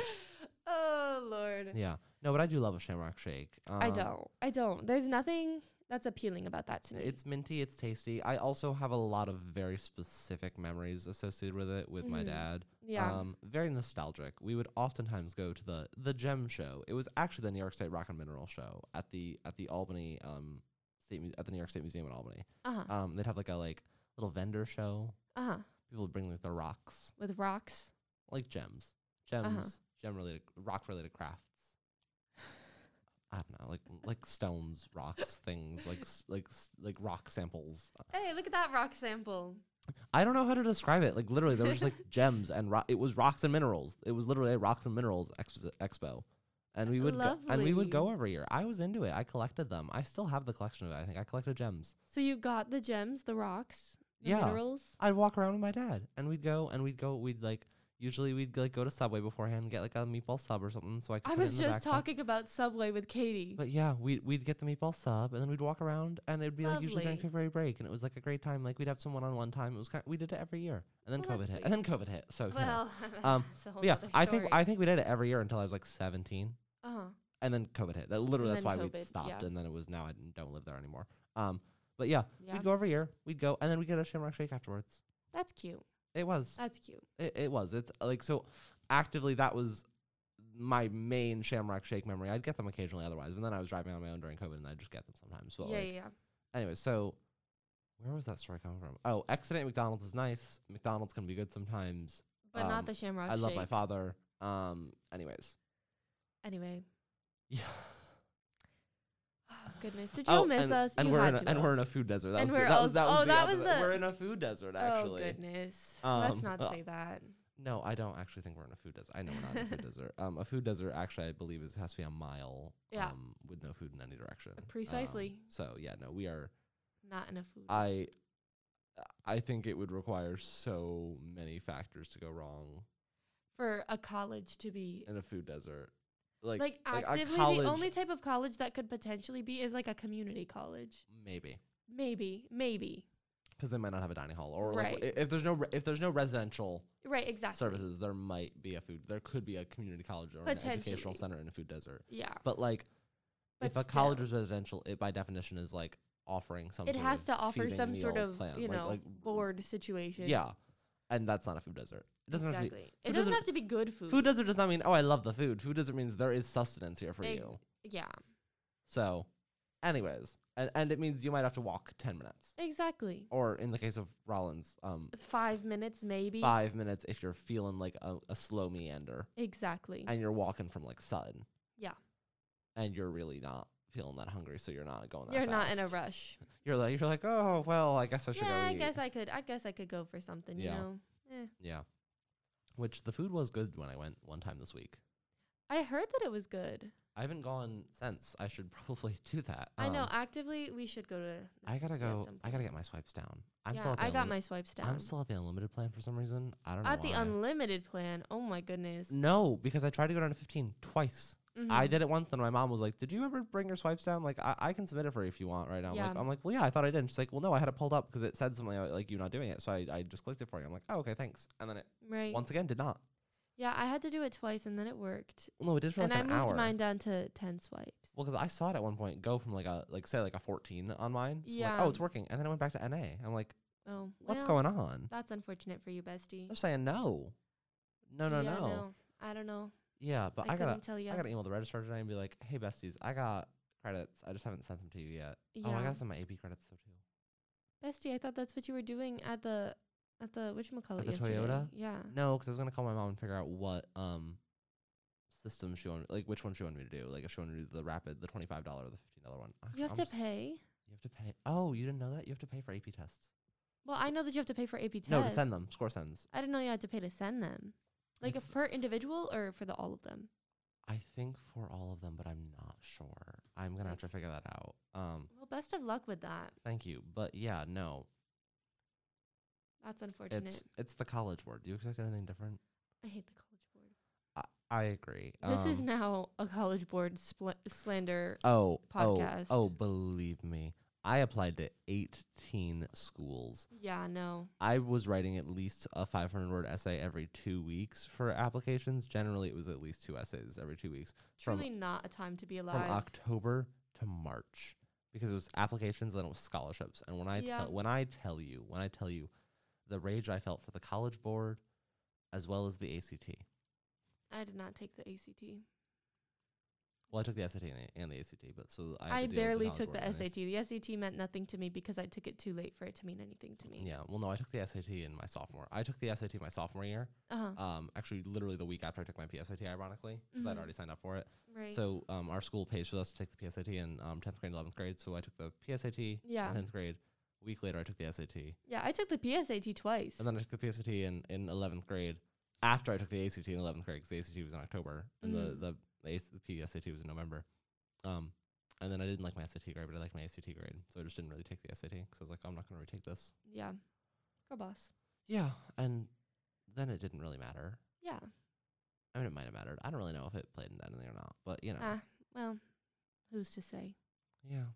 S2: Oh lord.
S1: Yeah. No, but I do love a Shamrock Shake.
S2: I
S1: Um,
S2: don't. I don't. There's nothing that's appealing about that to me.
S1: It's minty, it's tasty. I also have a lot of very specific memories associated with it with my
S2: Mhm.
S1: dad.
S2: yeah.
S1: Um, very nostalgic. We would oftentimes go to the the Gem Show. It was actually the New York State Rock and Mineral Show at the at the Albany um state mu- at the New York State Museum in Albany.
S2: Uh huh.
S1: Um, they'd have like a like little vendor show.
S2: Uh huh.
S1: People would bring like their rocks,
S2: With rocks.
S1: like gems,
S2: Uh-huh.
S1: gems, gem related, rock related crafts. I don't know, like like stones, rocks, things like s- like s- like rock samples.
S2: Hey, look at that rock sample.
S1: I don't know how to describe it. Like literally, there was just like gems and ro- it was rocks and minerals. It was literally a rocks and minerals expo. expo. And we would go, and we would go
S2: Lovely.
S1: every year. I was into it. I collected them. I still have the collection of it. I think I collected gems.
S2: So you got the gems, the rocks, the
S1: Yeah.
S2: minerals.
S1: I'd walk around with my dad, and we'd go and we'd go. We'd like usually we'd like go to Subway beforehand and get like a meatball sub or something. So I could
S2: I
S1: put it
S2: was
S1: in the
S2: just
S1: backpack.
S2: talking about Subway with Katie.
S1: But yeah, we'd we'd get the meatball sub, and then we'd walk around, and it'd be like usually during
S2: Lovely.
S1: February break, and it was like a great time. Like we'd have some one-on-one time. It was kind. we did it every year, and then
S2: Well,
S1: COVID
S2: that's
S1: hit, and then COVID hit. So you know.
S2: well,
S1: Um,
S2: that's a whole
S1: But yeah,
S2: nother
S1: I think
S2: story.
S1: I think we did it every year until I was like 17,
S2: uh-huh.
S1: and then COVID hit. That literally
S2: And
S1: that's why
S2: then
S1: we
S2: COVID,
S1: stopped,
S2: yeah.
S1: and then it was now I didn't- don't live there anymore. Um, but yeah,
S2: yeah.
S1: we'd go every year. We'd go, and then we would get a Shamrock Shake afterwards.
S2: That's cute.
S1: It was,
S2: That's cute.
S1: it, it was. It's uh, like so actively that was my main Shamrock Shake memory. I'd get them occasionally otherwise, and then I was driving on my own during COVID, and I'd just get them sometimes. But
S2: yeah,
S1: like,
S2: yeah, yeah.
S1: anyway, so where was that story coming from? Oh, accident McDonald's is nice. McDonald's can be good sometimes.
S2: But not
S1: um,
S2: the Shamrock
S1: I love my
S2: Shake.
S1: father. Um, anyways,
S2: Anyway,
S1: yeah.
S2: oh goodness, did you miss
S1: and,
S2: us?
S1: And
S2: you
S1: we're
S2: had
S1: in a,
S2: to
S1: and
S2: have.
S1: we're in a food desert. That was
S2: And
S1: the,
S2: we're
S1: that was,
S2: also-
S1: that was
S2: oh,
S1: the
S2: that
S1: other
S2: was
S1: bit.
S2: the-
S1: we're in a food desert
S2: Oh
S1: actually.
S2: goodness,
S1: Um,
S2: let's not
S1: uh,
S2: say that.
S1: no, I don't actually think we're in a food desert. I know we're not in a food desert. Um, a food desert actually I believe is has to be a mile.
S2: Yeah.
S1: Um, with no food in any direction. Um,
S2: Precisely.
S1: so yeah, no, we are.
S2: Not enough food.
S1: I. I think it would require so many factors to go wrong
S2: for a college to be
S1: in a food desert.
S2: like,
S1: Like, a
S2: actively
S1: college-
S2: the only type of college that could potentially be is like a community college.
S1: maybe
S2: Maybe, maybe.
S1: because they might not have a dining hall, or
S2: Right.
S1: like, i- if there's no re- if there's no residential
S2: Right, exactly.
S1: services, there might be a food. There could be a community college or an educational
S2: Potentially.
S1: center in a food desert.
S2: Yeah.
S1: But like,
S2: But
S1: if a college
S2: still.
S1: is residential, it by definition is like offering some.
S2: It
S1: sort
S2: has
S1: of
S2: to offer
S1: feeding
S2: some sort
S1: meal
S2: of,
S1: plan,
S2: you
S1: like-
S2: know,
S1: like,
S2: board situation.
S1: Yeah, and that's not a food desert. It doesn't have to
S2: exactly.
S1: food
S2: it doesn't
S1: doesn't-
S2: have to be good
S1: be.
S2: food.
S1: Food desert does not mean oh I love the food. Food desert means there is sustenance here for
S2: Ex-
S1: you.
S2: Yeah.
S1: So, anyways, and and it means you might have to walk ten minutes,
S2: Exactly.
S1: or in the case of Rollins, um,
S2: Five minutes maybe.
S1: five minutes if you're feeling like a, a slow meander.
S2: Exactly.
S1: and you're walking from like Sutton.
S2: Yeah.
S1: And you're really not feeling that hungry, so you're not going. That
S2: You're not in a
S1: fast.
S2: rush.
S1: You're like you're like oh well, I guess I should
S2: yeah,
S1: go
S2: I
S1: eat.
S2: guess I could I guess I could go for something,
S1: Yeah.
S2: you know. Eh.
S1: yeah. Which the food was good when I went one time this week.
S2: I heard that it was good.
S1: I haven't gone since. I should probably do that.
S2: I know.
S1: Um,
S2: Actively, we should go to.
S1: I gotta
S2: at
S1: go.
S2: some
S1: I gotta
S2: point.
S1: get my swipes down. I'm still
S2: yeah,
S1: at the
S2: I got
S1: unlim-
S2: my swipes down.
S1: I'm still at the unlimited plan for some reason. I don't know
S2: at the
S1: why.
S2: unlimited plan. Oh my goodness.
S1: no, because I tried to go down to 15 twice. I
S2: Mhm.
S1: did it once, then my mom was like, "Did you ever bring your swipes down? Like, I, I can submit it for you if you want right now." I'm like,
S2: Yeah.
S1: I'm like, "Well, yeah, I thought I did." And she's like, "Well, no, I had it pulled up because it said something about, like you not doing it, so I, I just clicked it for you." I'm like, "Oh, okay, thanks." And then it
S2: Right.
S1: once again did not.
S2: Yeah, I had to do it twice and then it worked.
S1: Well, no, it did for
S2: and
S1: like
S2: I
S1: an
S2: moved
S1: hour.
S2: mine down to 10 swipes.
S1: Well, because I saw it at one point go from like a like say like a 14 on mine. So I'm like,
S2: Yeah.
S1: oh, it's working, and then it went back to NA. I'm like,
S2: Oh,
S1: "What's
S2: well,
S1: going on?"
S2: That's unfortunate for you, bestie.
S1: They're saying no, no, no,
S2: yeah,
S1: no.
S2: I don't know.
S1: Yeah, but I,
S2: I,
S1: gotta
S2: couldn't tell you.
S1: I gotta email the registrar today and be like, "Hey, besties, I got credits. I just haven't sent them to you yet.
S2: yeah.
S1: Oh, I got some my AP credits though too."
S2: bestie, I thought that's what you were doing at the at the whatchamacallit
S1: the
S2: yesterday.
S1: Toyota?
S2: Yeah.
S1: No, because I was gonna call my mom and figure out what um system she wanted, like which one she wanted me to do. Like if she wanted to do the rapid, the twenty five dollar, or the fifteen dollar one.
S2: You have
S1: I'm
S2: to
S1: just-
S2: pay?
S1: You have to pay. Oh, you didn't know that? You have to pay for AP tests.
S2: Well, I know that you have to pay for AP tests.
S1: No, to send them. Score sends.
S2: I didn't know you had to pay to send them. Like
S1: It's-
S2: if per individual or for the all of them.
S1: I think for all of them, but I'm not sure. I'm gonna have to
S2: Yikes.
S1: figure that out. Um,
S2: Well, best of luck with that.
S1: thank you, but yeah, no,
S2: That's unfortunate.
S1: it's it's the college board. Do you expect anything different?
S2: I hate the college board.
S1: I agree.
S2: This is
S1: Um,
S2: now a college board spl- slander.
S1: oh
S2: podcast.
S1: Oh, oh, believe me, I applied to 18 schools.
S2: Yeah, no.
S1: I was writing at least a 500 word essay every two weeks for applications. Generally, it was at least two essays every two weeks. From-
S2: Truly not a time to be
S1: from
S2: alive.
S1: October to March because it was applications and it was scholarships. And when I
S2: Yeah.
S1: tell when I tell you when I tell you the rage I felt for the College Board as well as the ACT.
S2: I did not take the ACT.
S1: Well, I took the SAT and the, and the ACT, but so I, had
S2: I
S1: to deal with the
S2: barely
S1: College
S2: took the
S1: Board and
S2: SAT. The SAT meant nothing to me because I took it too late for it to mean anything to me.
S1: Yeah, well, no, I took the SAT in my sophomore. I took the SAT my sophomore year.
S2: Uh-huh.
S1: Um, actually, literally the week after I took my PSAT, ironically, because I'd
S2: Mhm.
S1: already signed up for it.
S2: right.
S1: So um, our school pays for us to take the PSAT in um, 10th grade, 11th grade. So I took the PSAT
S2: Yeah.
S1: in 10th grade. A week later, I took the SAT.
S2: yeah, I took the PSAT twice.
S1: And then I took the PSAT in, in 11th grade after I took the ACT in 11th grade because the ACT was in October and
S2: Mhm.
S1: the, the, the, AC, the PSAT was in November. Um, and then I didn't like my SAT grade, but I liked my ACT grade. So I just didn't really take the SAT because I was like, "Oh, I'm not going to retake this.
S2: yeah. Go boss.
S1: Yeah. And then it didn't really matter.
S2: Yeah.
S1: I mean, it might have mattered. I don't really know if it played into anything or not, but you know,
S2: Ah, well, who's to say?
S1: yeah.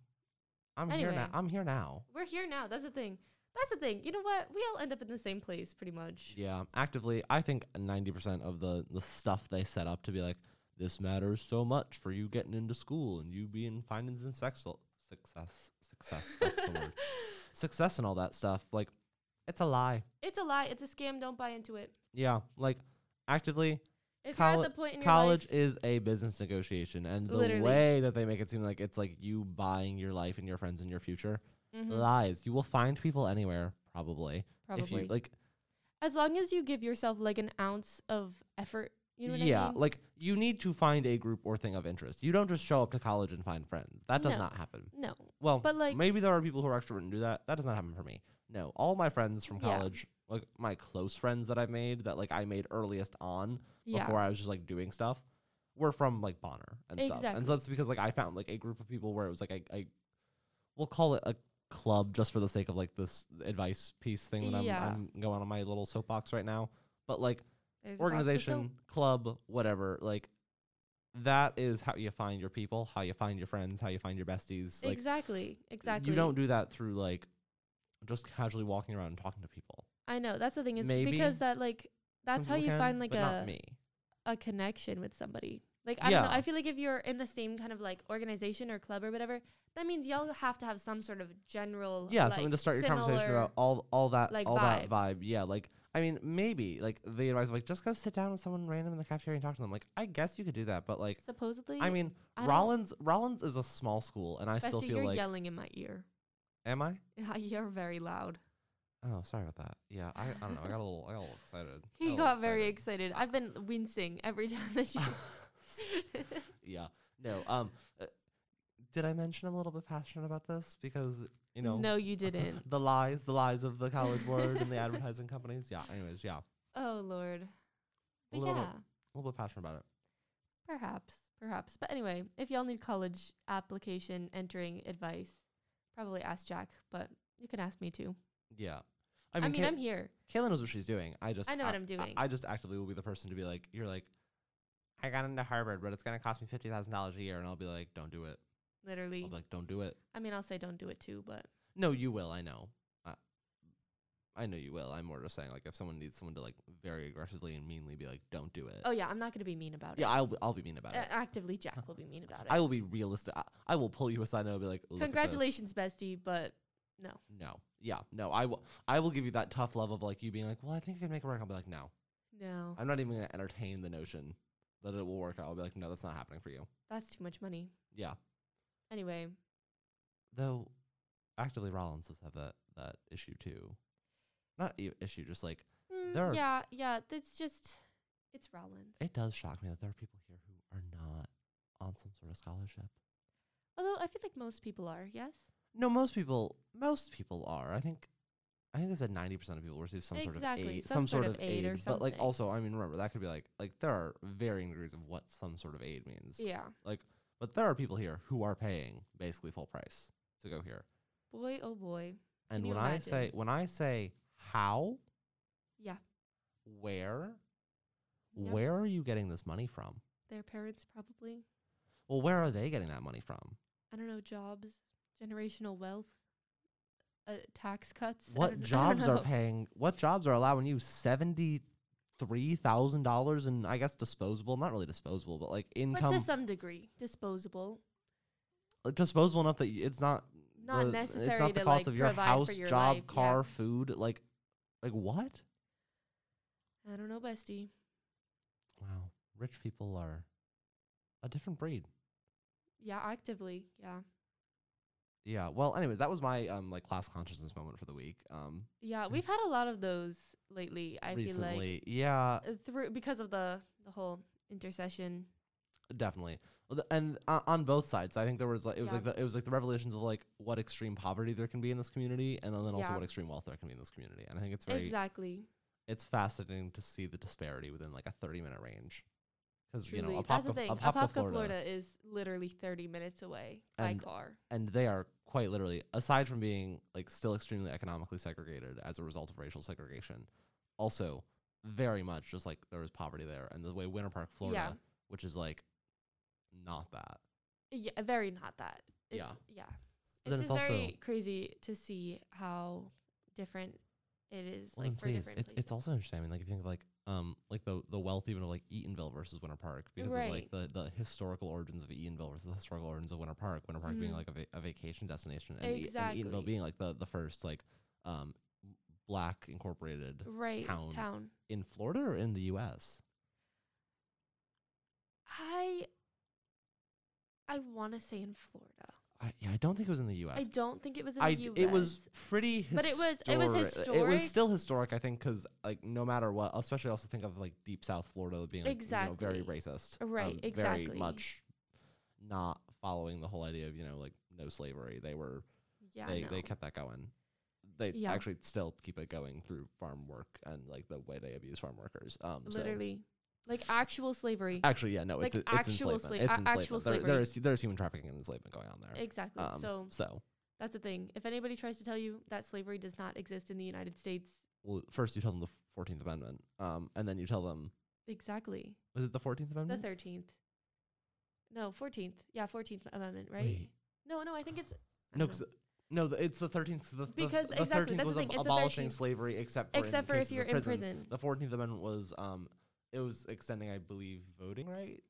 S1: I'm here now.
S2: Anyway.
S1: I'm here now.
S2: We're here now. That's the thing. That's the thing. You know what? We all end up in the same place pretty much.
S1: Yeah, actively. I think ninety percent of the the stuff they set up to be like this matters so much for you getting into school and you being finding some sexual success, success. That's the word. Success and all that stuff. Like, it's a lie.
S2: It's a lie. It's a scam. Don't buy into it.
S1: Yeah, like actively,
S2: If
S1: Colle-
S2: you're at the point in your
S1: college
S2: life,
S1: is a business negotiation, and the
S2: Literally.
S1: way that they make it seem like it's like you buying your life and your friends and your future
S2: Mhm,
S1: lies. You will find people anywhere, probably. If
S2: probably.
S1: you like,
S2: as long as you give yourself like an ounce of effort, you know what
S1: yeah,
S2: I mean?
S1: like you need to find a group or thing of interest. You don't just show up to college and find friends. That does
S2: No.
S1: not happen.
S2: no.
S1: Well,
S2: But, like-
S1: maybe there are people who are extrovert and do that. That does not happen for me. No, all my friends from
S2: Yeah.
S1: college, like my close friends that I've made, that like I made earliest on
S2: Yeah.
S1: before I was just like doing stuff, were from like Bonner and stuff. And
S2: Exactly.
S1: so that's because like I found like a group of people where it was like I, I we'll call it a club just for the sake of like this advice piece thing that
S2: Yeah.
S1: I'm, I'm going on my little soapbox right now. But like
S2: There's a box of
S1: organization,
S2: soap.
S1: club, whatever, like that is how you find your people, how you find your friends, how you find your besties. Like
S2: exactly. Exactly.
S1: you don't do that through like just casually walking around and talking to people.
S2: I know. That's the thing is
S1: Maybe
S2: because that like that's
S1: Some
S2: how
S1: people
S2: you
S1: can,
S2: find like
S1: but not
S2: a
S1: me.
S2: a connection with somebody. Like I don't know.
S1: Yeah.
S2: I feel like if you're in the same kind of like organization or club or whatever, that means y'all have to have some sort of general
S1: Yeah,
S2: like,
S1: something to start your conversation
S2: similar-
S1: about all all that
S2: like,
S1: all that vibe. Yeah, like I mean maybe like the advice of like just go sit down with someone random in the cafeteria and talk to them. Like I guess you could do that, but like
S2: supposedly.
S1: I mean
S2: I don't-
S1: Rollins Rollins is a small school and I still
S2: Bestie,
S1: feel
S2: you're
S1: like
S2: yelling in my ear. Ah,
S1: am I?
S2: you're very loud.
S1: Oh, sorry about that. Yeah, I, I don't know. I got a little I got a little excited. I
S2: He
S1: a little
S2: got very
S1: excited.
S2: excited. I've been wincing every time that you.
S1: yeah. No. Um. uh, did I mention I'm a little bit passionate about this because you know
S2: no, you didn't.
S1: the lies, the lies of the college board and the advertising companies. Yeah. Anyways, yeah, a
S2: Oh Lord. But
S1: little
S2: yeah,
S1: bit. little bit passionate about it.
S2: perhaps, perhaps. But anyway, if y'all need college application entering advice, probably ask Jack. But you can ask me too.
S1: Yeah.
S2: I
S1: I
S2: mean,
S1: mean,
S2: I'm here.
S1: Kay- Kaylin knows what she's doing. I just
S2: I know what I'm
S1: I-
S2: doing.
S1: I, just actively will be the person to be like, you're like, I got into Harvard, but it's gonna cost me fifty thousand dollars a year, and I'll be like, don't do it.
S2: Literally.
S1: I'll be like, don't do it.
S2: I mean, I'll say don't do it too, but
S1: No, you will. I know. I, I know you will. I'm more just saying, like, if someone needs someone to like very aggressively and meanly be like, "Don't do it."
S2: oh yeah, I'm not gonna be mean about
S1: yeah,
S2: it.
S1: I'll be, I'll be mean about
S2: Uh,
S1: it.
S2: actively, Jack will be mean about it.
S1: I will be realistic. I, I will pull you aside and I'll be like, "Look at this."
S2: Congratulations, bestie. But no,
S1: No, yeah, no. I will. I will give you that tough love of like you being like, "Well, I think I can make it work." I'll be like, "No,
S2: no,
S1: I'm not even gonna entertain the notion that it will work out." I'll be like, "No, that's not happening for you."
S2: that's too much money.
S1: Yeah,
S2: Anyway,
S1: though. Actively, Rollins does have that that issue too. Not i- issue, just like
S2: mm,
S1: There are-
S2: yeah, yeah, that's just it's Rollins.
S1: it does shock me that there are people here who are not on some sort of scholarship.
S2: Although I feel like most people are, yes.
S1: No, most people, most people are. I think, I think it's said ninety percent of people receive some sort of
S2: Exactly,
S1: aid,
S2: some sort of aid or
S1: But like,
S2: something.
S1: also, I mean, remember that could be like, like there are varying degrees of what some sort of aid means.
S2: Yeah.
S1: But there are people here who are paying basically full price to go here.
S2: Boy, oh boy.
S1: And
S2: you
S1: when I say
S2: imagine?
S1: when I say how,
S2: Yeah.
S1: where,
S2: Yep.
S1: where are you getting this money from?
S2: Their parents probably.
S1: Well, where are they getting that money from?
S2: I don't know, jobs, generational wealth, uh, tax cuts. I
S1: What
S2: don't- I don't
S1: jobs are
S2: know.
S1: paying? What jobs are allowing you seventy three thousand dollars in I guess disposable, not really disposable, but like
S2: But to
S1: income
S2: some degree, disposable.
S1: like, disposable enough that y- it's not
S2: Not
S1: the-
S2: necessary
S1: It's not the
S2: to,
S1: cost
S2: like,
S1: of your
S2: provide for
S1: house,
S2: your
S1: job,
S2: life, yeah.
S1: car, food. Like, like what?
S2: I don't know, bestie.
S1: Wow, rich people are a different breed.
S2: Yeah, actively. Yeah.
S1: Yeah. Well, anyways, that was my um like class consciousness moment for the week. Um,
S2: Yeah, we've had a lot of those lately. I feel like
S1: recently, yeah,
S2: uh, through because of the the whole intercession.
S1: definitely. Well, th- And uh, on both sides, I think there was like it was
S2: Yeah.
S1: like the, it was like the revelations of like what extreme poverty there can be in this community, and then also
S2: Yeah.
S1: what extreme wealth there can be in this community. And I think it's very
S2: Exactly.
S1: it's fascinating to see the disparity within like a thirty minute range, because you
S2: Truly.
S1: know
S2: That's the
S1: Apopka,
S2: thing.
S1: Apopka,
S2: Florida.
S1: Florida,
S2: is literally 30 minutes away by
S1: And-
S2: car.
S1: and they are quite literally aside from being like still extremely economically segregated as a result of racial segregation also very much just like there was poverty there and the way winter park florida
S2: Yeah.
S1: which is like not that
S2: Yeah, very not that. It's,
S1: Yeah.
S2: Yeah.
S1: But
S2: It's
S1: then
S2: just
S1: it's
S2: very
S1: also-
S2: crazy to see how different it is.
S1: well,
S2: like
S1: and
S2: for
S1: Mm, please
S2: different
S1: it's,
S2: places.
S1: it's also interesting I mean, like if you think of like um like the the wealth even of like eatonville versus winter park because of like the the historical origins of eatonville versus the historical origins of winter park winter park being
S2: Mhm.
S1: like a, va- a vacation destination and, E-
S2: Exactly.
S1: and eatonville being like the the first like um black incorporated
S2: right
S1: town.
S2: town.
S1: in Florida or in the U.S.
S2: I I want to say in Florida.
S1: I, yeah, I don't think it was in the U.S.
S2: I don't think it was in
S1: I
S2: the
S1: d-
S2: U.S.
S1: it was pretty,
S2: But it was- it was
S1: It was
S2: historic.
S1: still historic, I think, because like no matter what, especially also think of like deep South Florida being like, you know,
S2: Exactly.
S1: very racist,
S2: Right,
S1: um,
S2: exactly.
S1: very much not following the whole idea of you know like no slavery. They were
S2: yeah,
S1: they
S2: no.
S1: they kept that going. They
S2: Yeah.
S1: actually still keep it going through farm work and like the way they abuse farm workers. Um, so-
S2: literally like actual slavery.
S1: Actually, yeah, no,
S2: Like,
S1: it's, it's
S2: actual
S1: enslavement.
S2: sla-
S1: it's
S2: a-
S1: enslavement.
S2: actual
S1: there,
S2: slavery.
S1: there is there is human trafficking and enslavement going on there.
S2: exactly.
S1: Um,
S2: so
S1: so
S2: that's the thing. If anybody tries to tell you that slavery does not exist in the United States,
S1: well, first you tell them the Fourteenth Amendment, um, and then you tell them
S2: exactly.
S1: was it the Fourteenth
S2: The
S1: Amendment?
S2: 13th. No, 14th. Yeah, 14th Amendment, right?
S1: Wait.
S2: No, no, I think it's
S1: no,
S2: I don't know.
S1: 'cause it- no, the, it's the Thirteenth. The, the-
S2: Because-
S1: the
S2: exactly,
S1: 13th
S2: that's
S1: was
S2: the
S1: ab-
S2: thing, it's the
S1: abolishing
S2: 13th.
S1: slavery, except for in
S2: except for
S1: cases
S2: if
S1: of
S2: you're in
S1: prisons.
S2: prison.
S1: The Fourteenth Amendment was um, it was extending, I believe, voting rights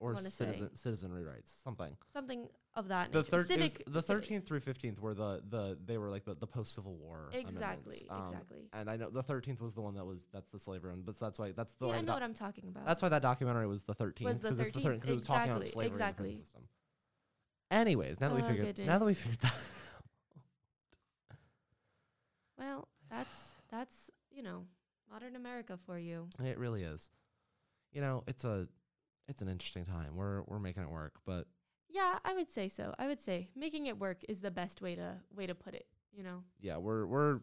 S1: or
S2: Wanna
S1: citizen citizenry rights, something.
S2: Something of that
S1: The
S2: nature.
S1: third, it was
S2: Civic-
S1: the
S2: civic.
S1: thirteenth through fifteenth were the the they were like the, the post Civil War. amendments,
S2: Exactly,
S1: um,
S2: exactly.
S1: And I know the thirteenth was the one that was that's the slavery one, but that's why that's the
S2: Yeah,
S1: one
S2: I
S1: that
S2: know what I'm talking about.
S1: That's why that documentary was the 13th.
S2: Was the
S1: because it's
S2: 13th,
S1: because it was talking about
S2: exactly,
S1: slavery in
S2: exactly.
S1: the prison system. Anyways, now that
S2: Oh,
S1: we figured now that we
S2: goodness.
S1: figured that
S2: Well, that's that's you know modern America for you.
S1: it really is. You know, it's a it's an interesting time. We're we're making it work, but
S2: Yeah, I would say so. I would say making it work is the best way to way to put it. You know,
S1: yeah, we're we're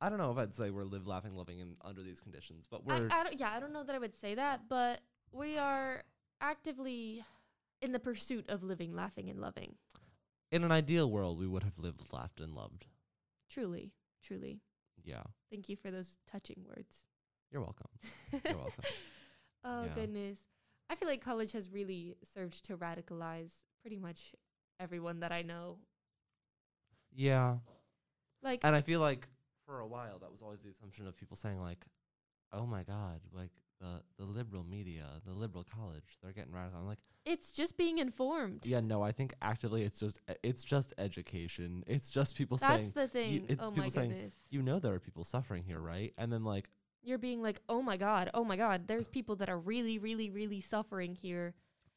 S1: I don't know if I'd say we're live laughing loving in under these conditions, but
S2: I,
S1: we're
S2: I don't. Yeah, I don't know that I would say that, but we are actively in the pursuit of living, laughing, and loving.
S1: in an ideal world we would have lived, laughed and loved.
S2: Truly, truly.
S1: Yeah.
S2: Thank you for those touching words.
S1: You're welcome. You're welcome.
S2: oh
S1: Yeah.
S2: goodness, I feel like college has really served to radicalize pretty much everyone that I know.
S1: Yeah.
S2: Like,
S1: And I feel like for a while that was always the assumption of people saying like, "Oh my God, like the the liberal media, the liberal college, they're getting radical." I'm like,
S2: it's just being informed.
S1: yeah, no, I think actively it's just e- it's just education. It's just people
S2: That's
S1: saying,
S2: the thing.
S1: it's
S2: oh my
S1: people saying,
S2: goodness.
S1: you know, there are people suffering here, right? And then like,
S2: You're being like, oh my God, oh my God,
S1: Uh.
S2: there's people that are really, really, really suffering here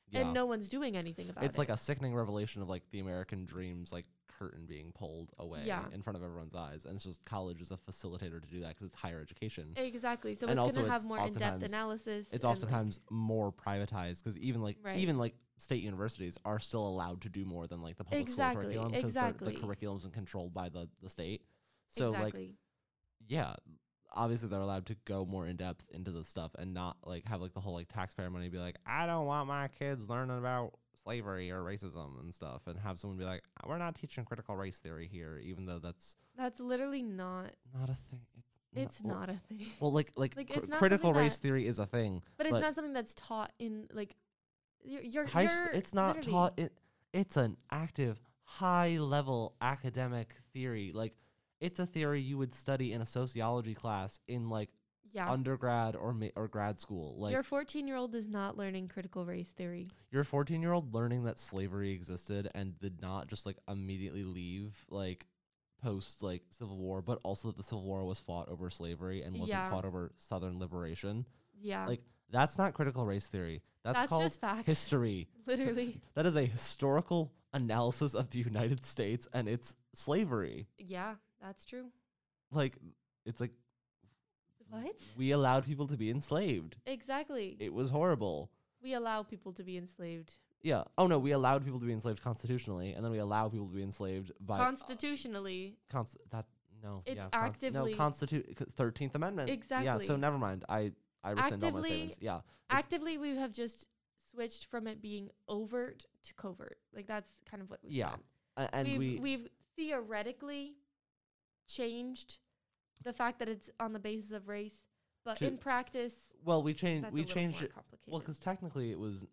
S1: yeah,
S2: and no one's doing anything about
S1: it's
S2: it.
S1: like a sickening revelation of like the American dreams, like curtain being pulled away
S2: Yeah.
S1: in front of everyone's eyes, and it's just college is a facilitator to do that because it's higher education.
S2: Exactly. So
S1: and
S2: it's
S1: also
S2: going to have
S1: it's
S2: more in depth
S1: oftentimes-
S2: analysis.
S1: it's
S2: and, like-
S1: oftentimes more privatized because even like
S2: Right.
S1: even like state universities are still allowed to do more than like the public
S2: Exactly,
S1: school curriculum because they're the
S2: exactly.
S1: curriculum's and controlled by the the state. So like
S2: exactly.
S1: yeah, obviously they're allowed to go more in depth into the stuff and not like have like the whole like taxpayer money be like, I don't want my kids learning about slavery or racism and stuff, and have someone be like, "Uh, we're not teaching critical race theory here, even though that's
S2: That's literally not.
S1: not a thing.
S2: It's
S1: well-
S2: not a thing.
S1: Well, like like,
S2: Like,
S1: cr-
S2: it's not
S1: critical
S2: something
S1: race
S2: that-
S1: theory is a thing.
S2: But it's
S1: but-
S2: not something that's taught in like. You're. you're,
S1: High s-
S2: you're
S1: it's not
S2: literally-
S1: taught. It it's an active, high level academic theory. Like it's a theory you would study in a sociology class in like
S2: Yeah.
S1: undergrad or ma- or grad school. Like
S2: your 14 year old is not learning critical race theory.
S1: your 14 year old learning that slavery existed and did not just like immediately leave like post like civil war but also that the civil war was fought over slavery and wasn't
S2: Yeah.
S1: fought over southern liberation
S2: Yeah.
S1: like that's not critical race theory that's,
S2: that's
S1: called
S2: just facts.
S1: history
S2: literally.
S1: that is a historical analysis of the united states and its slavery
S2: Yeah, that's true.
S1: like it's like
S2: What?
S1: we allowed people to be enslaved
S2: Exactly.
S1: it was horrible
S2: we allow people to be enslaved
S1: yeah oh no we allowed people to be enslaved constitutionally and then we allow people to be enslaved by
S2: constitutionally.
S1: Const- that no.
S2: It's
S1: yeah, const-
S2: actively-
S1: no constitute Thirteenth Amendment. Yeah. So
S2: Exactly.
S1: never mind. I I rescind all my
S2: Actively-
S1: statements. Yeah. it's-
S2: actively we have just switched from it being overt to covert like that's kind of what we've
S1: Yeah,
S2: done.
S1: A- and
S2: we've,
S1: we
S2: we've theoretically changed the fact that it's on the basis of race but
S1: To-
S2: in practice
S1: well we changed
S2: that's
S1: we
S2: a little
S1: changed
S2: more
S1: it.
S2: complicated
S1: Well, because technically it was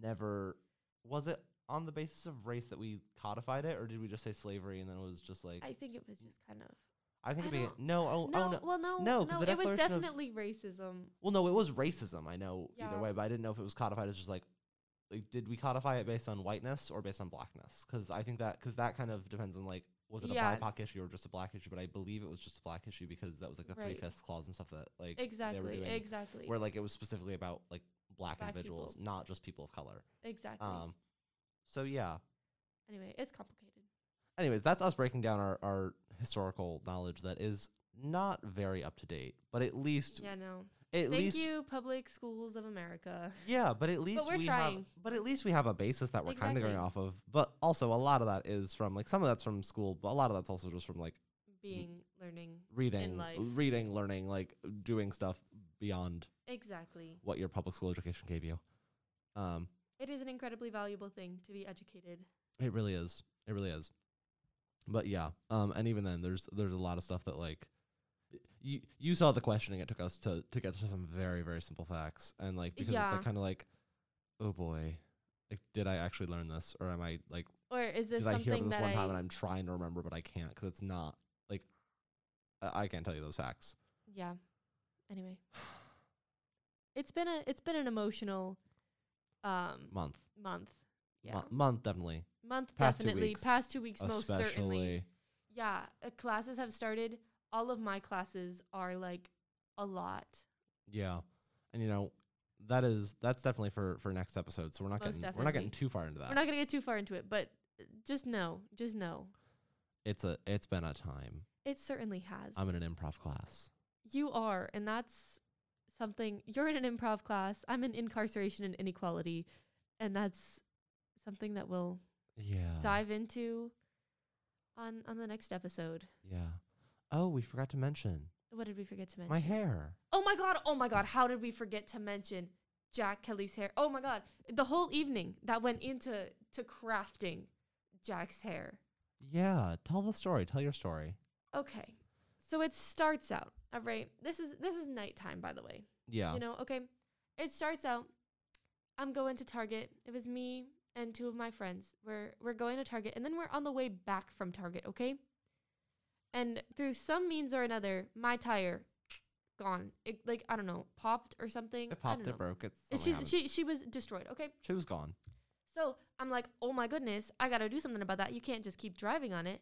S1: never was it on the basis of race that we codified it, or did we just say slavery and then it was just like
S2: i think it was just kind of
S1: I, think
S2: I
S1: it began,
S2: don't-
S1: no oh
S2: no,
S1: oh no
S2: well no
S1: No, 'cause
S2: no
S1: the
S2: it was
S1: Declaration of-
S2: definitely racism
S1: well no it was racism I know either
S2: Yeah.
S1: way but I didn't know if it was codified as just like. Like, did we codify it based on whiteness or based on blackness? Because I think that because that kind of depends on like was it a
S2: Yeah.
S1: BIPOC issue or just a black issue? But I believe it was just a black issue because that was like the three
S2: Right.
S1: fifths clause and stuff that like they were
S2: exactly
S1: doing,
S2: exactly
S1: where like it was specifically about like black,
S2: Black
S1: individuals, not just people of color.
S2: exactly
S1: Um, so yeah.
S2: anyway it's complicated
S1: Anyways, that's us breaking down our our historical knowledge that is not very up to date, but at least
S2: yeah no
S1: at
S2: thank
S1: least
S2: you public schools of america
S1: Yeah, but at least
S2: we're
S1: we have
S2: trying.
S1: but at least we have a basis that we're kind of going
S2: Exactly.
S1: off of. But also a lot of that is from like some of that's from school, but a lot of that's also just from like
S2: being learning
S1: reading,
S2: life.
S1: reading, learning, like doing stuff beyond
S2: exactly
S1: what your public school education gave you. Um,
S2: It is an incredibly valuable thing to be educated.
S1: it really is. It really is. But yeah, um, and even then, there's there's a lot of stuff that like, you you saw the questioning it took us to to get to some very very simple facts, and like because it's
S2: Yeah.
S1: like kind of like, oh boy, like did I actually learn this, or am I like
S2: Or is this
S1: did I hear
S2: something
S1: about this
S2: that
S1: one
S2: I
S1: time and I'm trying to remember but I can't because it's not like I, I can't tell you those facts.
S2: Yeah. Anyway. It's been a it's been an emotional um
S1: Month,
S2: month. Yeah.
S1: Mon- month definitely,
S2: month
S1: Past two
S2: definitely.
S1: weeks,
S2: Past 2 weeks most
S1: especially.
S2: certainly. Yeah, uh, classes have started. All of my classes are like a lot.
S1: Yeah, and you know that is that's definitely for for next episode. So we're not
S2: Most
S1: getting we're not getting
S2: definitely.
S1: too far into that.
S2: We're not going to get too far into it, but uh, just know, just know.
S1: it's a it's been a time.
S2: It certainly has.
S1: I'm in an improv class.
S2: You are, and that's something. You're in an improv class. I'm in incarceration and inequality, and that's something that we'll
S1: Yeah.
S2: dive into on on the next episode.
S1: Yeah. Oh, we forgot to mention
S2: What did we forget to mention?
S1: my hair.
S2: Oh my god! Oh my god! How did we forget to mention Jack Kelly's hair? Oh my god! The whole evening that went into to crafting Jack's hair.
S1: Yeah, tell the story. Tell your story.
S2: Okay, so it starts out. All right, this is this is nighttime, by the way.
S1: Yeah.
S2: You know, okay. It starts out. I'm going to Target. It was me and two of my friends. We're we're going to Target, and then we're on the way back from Target. Okay. And through some means or another, my tire gone. It like I don't know, popped or something.
S1: it
S2: I
S1: popped.
S2: don't
S1: It
S2: know.
S1: broke. It's
S2: Uh,
S1: something
S2: She's,
S1: happened.
S2: she she was destroyed. Okay.
S1: she was gone.
S2: So I'm like, oh my goodness, I gotta do something about that. You can't just keep driving on it.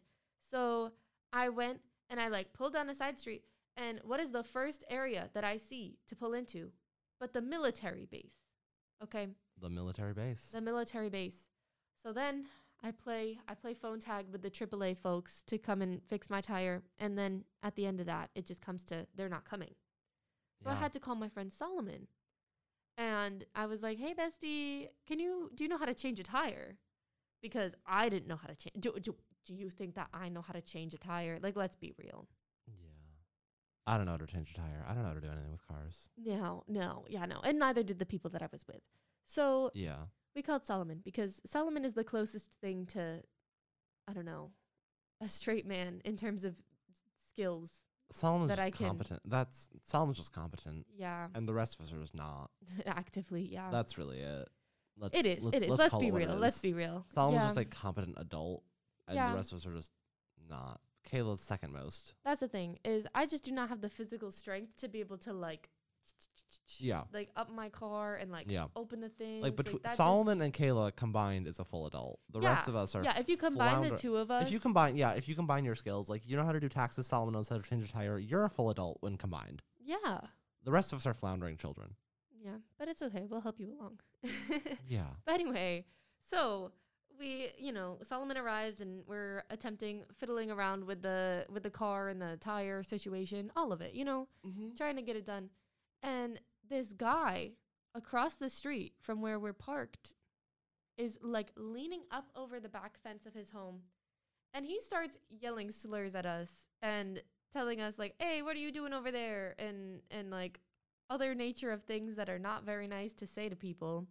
S2: So I went and I like pulled down a side street. And what is the first area that I see to pull into? But the military base. Okay,
S1: The military base.
S2: the military base. So then I play I play phone tag with the AAA folks to come and fix my tire. And then at the end of that, it just comes to they're not coming. So I
S1: Yeah.
S2: had to call my friend Solomon. And I was like, "Hey, bestie, can you do you know how to change a tire?" Because I didn't know how to change. Do, do, do you think that I know how to change a tire? Like, let's be real.
S1: Yeah. I don't know how to change a tire. I don't know how to do anything with cars.
S2: No, no, yeah, no, and neither did the people that I was with. So
S1: Yeah.
S2: we called Solomon because Solomon is the closest thing to, I don't know, a straight man in terms of skills.
S1: Solomon's
S2: That
S1: just
S2: I can-
S1: competent. That's Solomon's just competent,
S2: Yeah,
S1: and the rest of us are just not.
S2: actively. Yeah,
S1: That's really it. Let's,
S2: it is. it is. Let's,
S1: call
S2: be
S1: it what it
S2: real.
S1: is.
S2: Let's be real.
S1: Solomon's
S2: yeah.
S1: just like competent adult, and
S2: Yeah.
S1: the rest of us are just not. Caleb's second most.
S2: That's the thing is I just do not have the physical strength to be able to like,
S1: Yeah.
S2: like up my car and like
S1: Yeah.
S2: open the thing.
S1: Like between Solomon and Kayla combined is a full adult. The rest
S2: Yeah.
S1: of us are.
S2: yeah, if you combine the
S1: flounder-
S2: two of us,
S1: If you combine, yeah, if you combine your skills, like you know how to do taxes, Solomon knows how to change a tire. You're a full adult when combined.
S2: yeah,
S1: The rest of us are floundering children.
S2: yeah, but it's okay. We'll help you along.
S1: Yeah.
S2: But anyway, so we, you know, Solomon arrives and we're attempting fiddling around with the with the car and the tire situation, all of it, you know,
S1: Mm,
S2: trying to get it done. And this guy across the street from where we're parked is like leaning up over the back fence of his home and he starts yelling slurs at us and telling us like, "Hey, what are you doing over there?" and and like other nature of things that are not very nice to say to people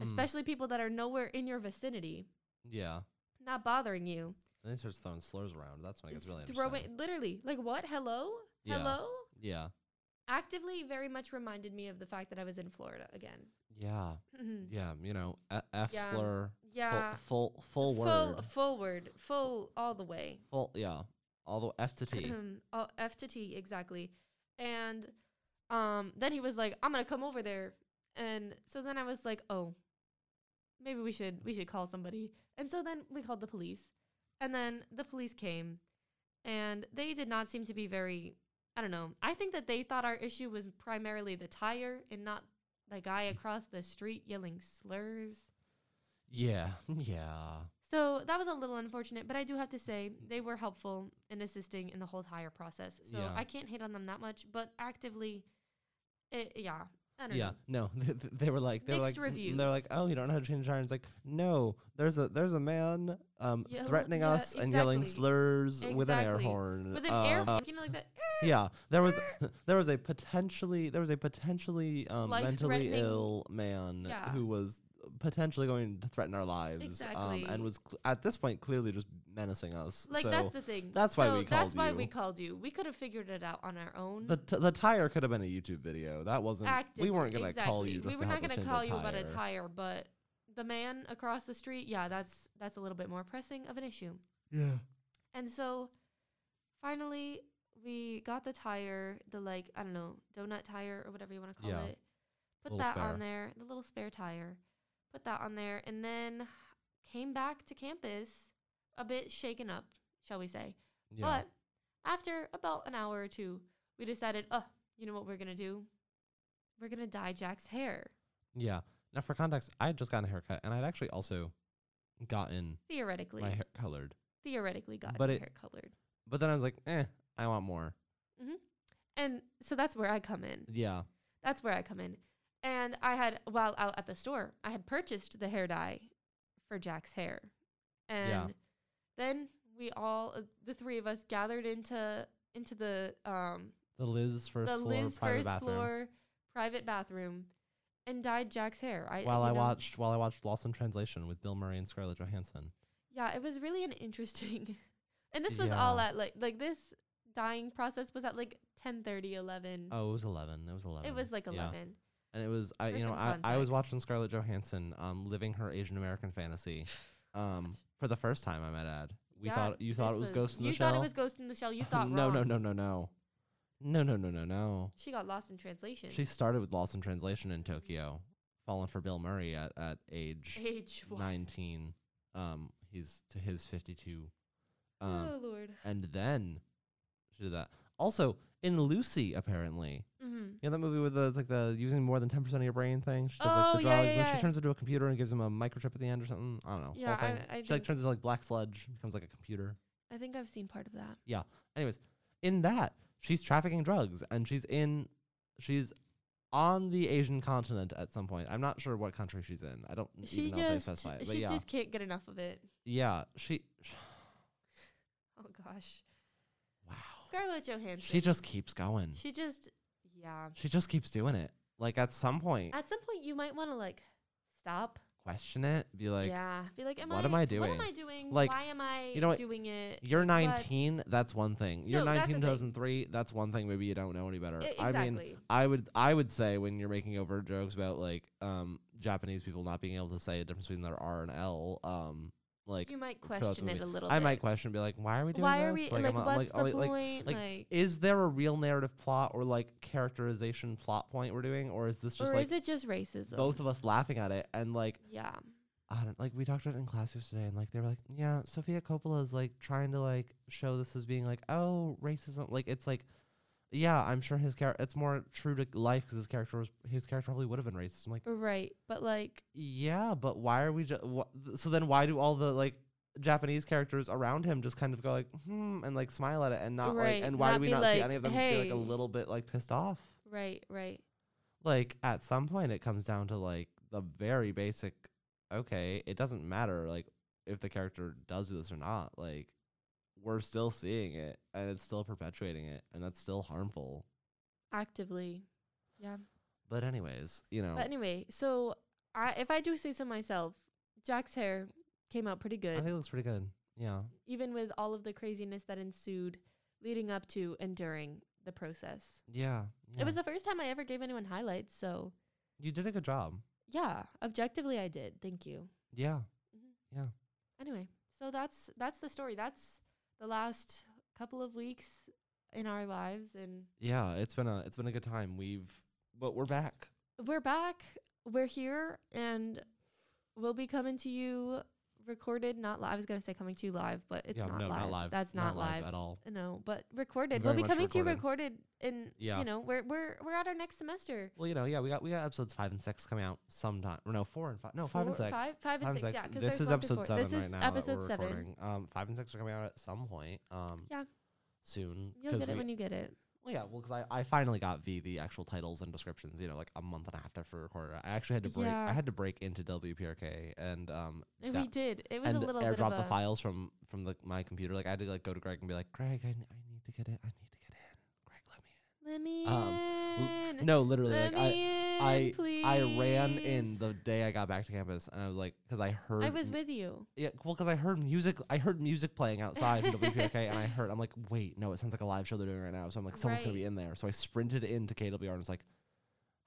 S1: Mm.
S2: especially people that are nowhere in your vicinity,
S1: Yeah.
S2: not bothering you.
S1: And then he starts throwing slurs around. That's when it gets really
S2: It's throwing-
S1: interesting.
S2: literally like what? Hello,
S1: Yeah.
S2: hello.
S1: Yeah.
S2: Actively, very much reminded me of the fact that I was in Florida again.
S1: Yeah.
S2: Mhm.
S1: Yeah. You know, a- F
S2: Yeah.
S1: slur.
S2: yeah,
S1: Full, full, full word.
S2: full, forward, full all the way.
S1: Full, yeah. All the F to T.
S2: oh, F to T exactly. And um, then he was like, "I'm gonna come over there." And so then I was like, "Oh, maybe we should we should call somebody." And so then we called the police, and then the police came, and they did not seem to be very. I don't know. I think that they thought our issue was primarily the tire and not the guy across the street yelling slurs.
S1: yeah. Yeah.
S2: So that was a little unfortunate, but I do have to say they were helpful in assisting in the whole hire process. So
S1: Yeah.
S2: I can't hate on them that much, but actively, it, yeah, I don't
S1: Yeah.
S2: know.
S1: No. They, they were like, they were
S2: Mixed
S1: like, n- they're like, oh, you don't know how to change tires. Like, no. There's a there's a man um
S2: Yell-
S1: threatening
S2: yeah,
S1: us and yelling
S2: exactly.
S1: slurs with an air
S2: Exactly.
S1: horn.
S2: With an air,
S1: um,
S2: you know, like that
S1: Yeah, there was there was a potentially there was a potentially um, mentally
S2: Life-threatening-
S1: ill man
S2: Yeah.
S1: who was potentially going to threaten our lives, um,
S2: Exactly.
S1: and was cl- at this point clearly just menacing us.
S2: like
S1: so
S2: that's the thing.
S1: that's why
S2: So
S1: we
S2: That's
S1: called
S2: why
S1: you.
S2: we called you. We could have figured it out on our own.
S1: the t- the tire could have been a YouTube video. That wasn't. we
S2: Actively,
S1: weren't gonna call
S2: exactly.
S1: you. Just
S2: we were
S1: to
S2: not
S1: help us
S2: gonna
S1: change
S2: call you about a
S1: tire.
S2: tire, but the man across the street, yeah, that's that's a little bit more pressing of an issue.
S1: Yeah.
S2: And so finally we got the tire, the like, I don't know, donut tire or whatever you want to call
S1: Yeah.
S2: it. Put
S1: Little
S2: that
S1: spare.
S2: on there, the little spare tire. Put that on there and then came back to campus a bit shaken up, shall we say.
S1: Yeah.
S2: But after about an hour or two, we decided, oh, you know what we're going to do? We're going to dye Jack's hair,
S1: yeah. Now for context, I had just gotten a haircut, and I'd actually also gotten
S2: theoretically.
S1: my hair colored.
S2: Theoretically got
S1: But
S2: hair
S1: it-
S2: colored.
S1: But then I was like, eh, I want more.
S2: And so that's where I come in.
S1: Yeah.
S2: That's where I come in. And I had, while out at the store, I had purchased the hair dye for Jack's hair. And
S1: Yeah.
S2: then we all, uh, the three of us, gathered into into the um
S1: The Liz first
S2: the
S1: floor
S2: Liz
S1: private
S2: first
S1: bathroom.
S2: floor private bathroom, and dyed Jack's hair. I
S1: while
S2: you
S1: I
S2: know,
S1: watched while I watched Lost in Translation with Bill Murray and Scarlett Johansson.
S2: Yeah, it was really an interesting, and this was all
S1: Yeah.
S2: at like like this dyeing process was at like 10, 11.
S1: Oh, it was eleven. It was eleven.
S2: it was like
S1: Yeah.
S2: eleven.
S1: And it was I
S2: For
S1: you know
S2: some
S1: I, I was
S2: context.
S1: watching Scarlett Johansson um living her Asian American fantasy, um for the first time I might add. We
S2: Yeah,
S1: thought you thought
S2: This
S1: it was Ghost in the
S2: you
S1: Shell.
S2: thought it was Ghost in the Shell. You thought
S1: no
S2: wrong.
S1: no no no no, no no no no no.
S2: She got lost in translation.
S1: She started with Lost in Translation in Tokyo, falling for Bill Murray at at age
S2: Age one.
S1: nineteen. Um, he's to his fifty two. Um,
S2: oh Lord.
S1: and then she did that. Also, in Lucy, apparently,
S2: Mm-hmm.
S1: you know that movie with the like the using more than ten percent of your brain thing. She does like
S2: Oh,
S1: the drawings,
S2: yeah, yeah,
S1: and then
S2: yeah.
S1: she turns into a computer and gives him a microchip at the end or something. I don't know.
S2: Yeah,
S1: whole thing.
S2: I-
S1: she
S2: I
S1: like
S2: think-
S1: turns into like black sludge, becomes like a computer.
S2: I think I've seen part of that.
S1: Anyways, in that she's trafficking drugs and she's in she's on the Asian continent at some point. I'm not sure what country she's in. I don't
S2: She
S1: Mm, even know if they
S2: just
S1: specify it. But
S2: she
S1: yeah,
S2: just can't get enough of it.
S1: yeah, she. sh-
S2: Oh gosh.
S1: Wow.
S2: Scarlett Johansson.
S1: She just keeps going.
S2: She just yeah.
S1: She just keeps doing it. Like at some point,
S2: At some point you might want to like stop.
S1: question it. Be like,
S2: yeah. Be like, am
S1: what
S2: I,
S1: am I
S2: What
S1: doing?
S2: am I doing?
S1: Like,
S2: Why am I
S1: you know what?
S2: doing it?
S1: you're
S2: Like, what's-
S1: 19. That's one thing. You're
S2: No, that's
S1: 19,
S2: the thing.
S1: 2003. That's one thing. Maybe you don't know any better.
S2: E-
S1: I mean,
S2: exactly.
S1: I would I would say when you're making overt jokes about like um Japanese people not being able to say a difference between their R and L, um like
S2: you might
S1: throughout the
S2: question it
S1: movie.
S2: a little
S1: I
S2: bit.
S1: might question be like, why are we doing
S2: Why
S1: this?
S2: are we
S1: I'm
S2: like,
S1: not-
S2: what's
S1: I'm
S2: the
S1: are we-
S2: point?
S1: like,
S2: Like,
S1: is there a real narrative plot or like characterization plot point we're doing, or is this just
S2: or
S1: like
S2: is it just racism?
S1: both of us laughing at it and like
S2: Yeah.
S1: I don't like we talked about it in class yesterday and like they were like, Yeah, Sophia Coppola is like trying to like show this as being like, oh, racism like it's like yeah, I'm sure his character it's more true to life because his character was his character probably would have been racist. I'm like,
S2: Right. But like
S1: yeah, but why are we ju- wha- th- so then why do all the like Japanese characters around him just kind of go like hmm and like smile at it and not
S2: Right,
S1: like and why
S2: not
S1: do we
S2: be
S1: not see
S2: like,
S1: any of them be like a
S2: "Hey."
S1: little bit like pissed off?
S2: right, right.
S1: like at some point it comes down to like the very basic okay it doesn't matter like if the character does do this or not like we're still seeing it and it's still perpetuating it and that's still harmful
S2: Actively. Yeah.
S1: but anyways you know
S2: But anyway, so I if I do say so myself, Jack's hair came out pretty
S1: i
S2: good.
S1: think it looks pretty good yeah
S2: even with all of the craziness that ensued leading up to and during the process.
S1: yeah, yeah.
S2: It was the first time I ever gave anyone highlights, so
S1: you did a good job
S2: yeah, objectively I did. Thank you.
S1: yeah
S2: Anyway, so that's that's the story. That's the last couple of weeks in our lives and
S1: yeah it's been a it's been a good time we've but we're back
S2: we're back. We're here and we'll be coming to you recorded not live. I was going to say coming to you live, but it's
S1: yeah
S2: not,
S1: no
S2: live.
S1: not live
S2: That's not, live.
S1: at all
S2: No, but recorded. We'll
S1: Very
S2: be
S1: much
S2: coming to you
S1: recorded.
S2: recorded in
S1: Yeah.
S2: you know, we're we're we're at our next semester.
S1: well you know yeah we got we got episodes five and six coming out sometime or no four and five no five and
S2: Four-
S1: six
S2: Five, five and
S1: Five
S2: six,
S1: and
S2: yeah.
S1: six.
S2: 'cause
S1: This
S2: there's
S1: is
S2: one to
S1: episode
S2: four.
S1: seven
S2: This
S1: right
S2: is
S1: now. that
S2: episode
S1: we're
S2: seven.
S1: Recording. Um, five and six are coming out at some point. Um,
S2: Yeah.
S1: soon.
S2: You'll
S1: 'cause
S2: get it
S1: we-
S2: when you get it.
S1: well, yeah, well, because I, I finally got V the actual titles and descriptions. You know, like a month and a half after we recorded. I actually had to break. I
S2: Yeah.
S1: had to break into WPRK and um
S2: And
S1: that-
S2: we did. It was
S1: and
S2: a little bit of
S1: airdrop
S2: a
S1: the files from from the my computer. Like I had to like go to Greg and be like, Greg, I, n- I need to get it. I need to get in. Greg, let me
S2: Let me
S1: Um,
S2: in.
S1: in. No, literally,
S2: Let
S1: like I.
S2: me in,
S1: I-
S2: please.
S1: I ran in the day I got back to campus, and I was like, because I heard
S2: I was
S1: m-
S2: with you.
S1: Yeah, well, because I heard music. I heard music playing outside in WPRK, and I heard. I'm like, wait, no, it sounds like a live show they're doing right now. So I'm like, someone's gonna be
S2: Right.
S1: in there. So I sprinted into KWR and was like,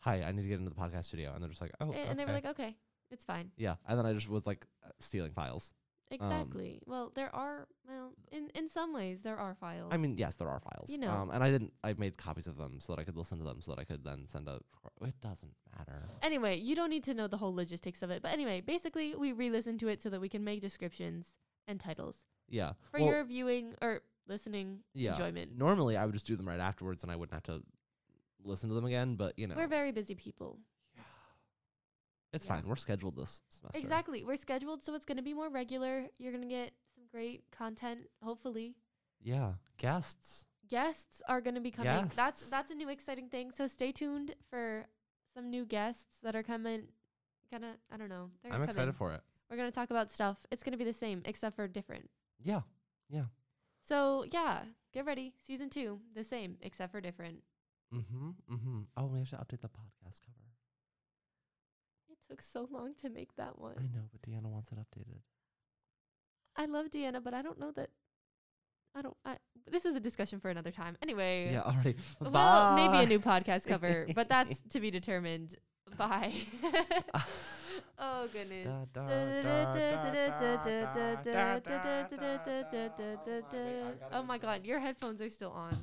S1: "Hi, I need to get into the podcast studio." And they're just like, "Oh,
S2: A- And they were
S1: okay."
S2: like, Okay, it's fine.
S1: "Yeah." And then I just was like uh, stealing files.
S2: Exactly. well, there are well, in in some ways there are files.
S1: uh, I mean, yes, there are files.
S2: You know.
S1: um, and I didn't. I made copies of them so that I could listen to them, so that I could then send a. It doesn't matter.
S2: anyway, you don't need to know the whole logistics of it. But anyway, basically we re listened to it so that we can make descriptions and titles.
S1: Yeah.
S2: For
S1: well,
S2: your viewing or listening
S1: yeah.
S2: enjoyment.
S1: Normally, I would just do them right afterwards, and I wouldn't have to listen to them again. But you know,
S2: We're very busy people.
S1: it's
S2: yeah.
S1: fine. We're scheduled this semester.
S2: Exactly. We're scheduled, so it's going to be more regular. You're going to get some great content, hopefully.
S1: Yeah, guests.
S2: Guests are going to be coming. That's
S1: Guests.
S2: that's a new exciting thing. So stay tuned for some new guests that are coming. Gonna, I don't know. They're
S1: I'm
S2: gonna come
S1: excited
S2: in.
S1: for it.
S2: We're gonna talk about stuff. It's gonna be the same, except for different.
S1: Yeah.
S2: So yeah, get ready. Season two, the same, except for different.
S1: Mm-hmm. Mm-hmm. Oh, we have to update the podcast cover.
S2: It took so long to make that
S1: I
S2: one.
S1: know, but Deanna wants it updated.
S2: I love Deanna, but I don't know that. I don't. I, this is a discussion for another time. Anyway.
S1: Yeah, already.
S2: Well, maybe a new podcast cover, but that's to be determined. Bye. oh goodness. Oh my god, your headphones are still on.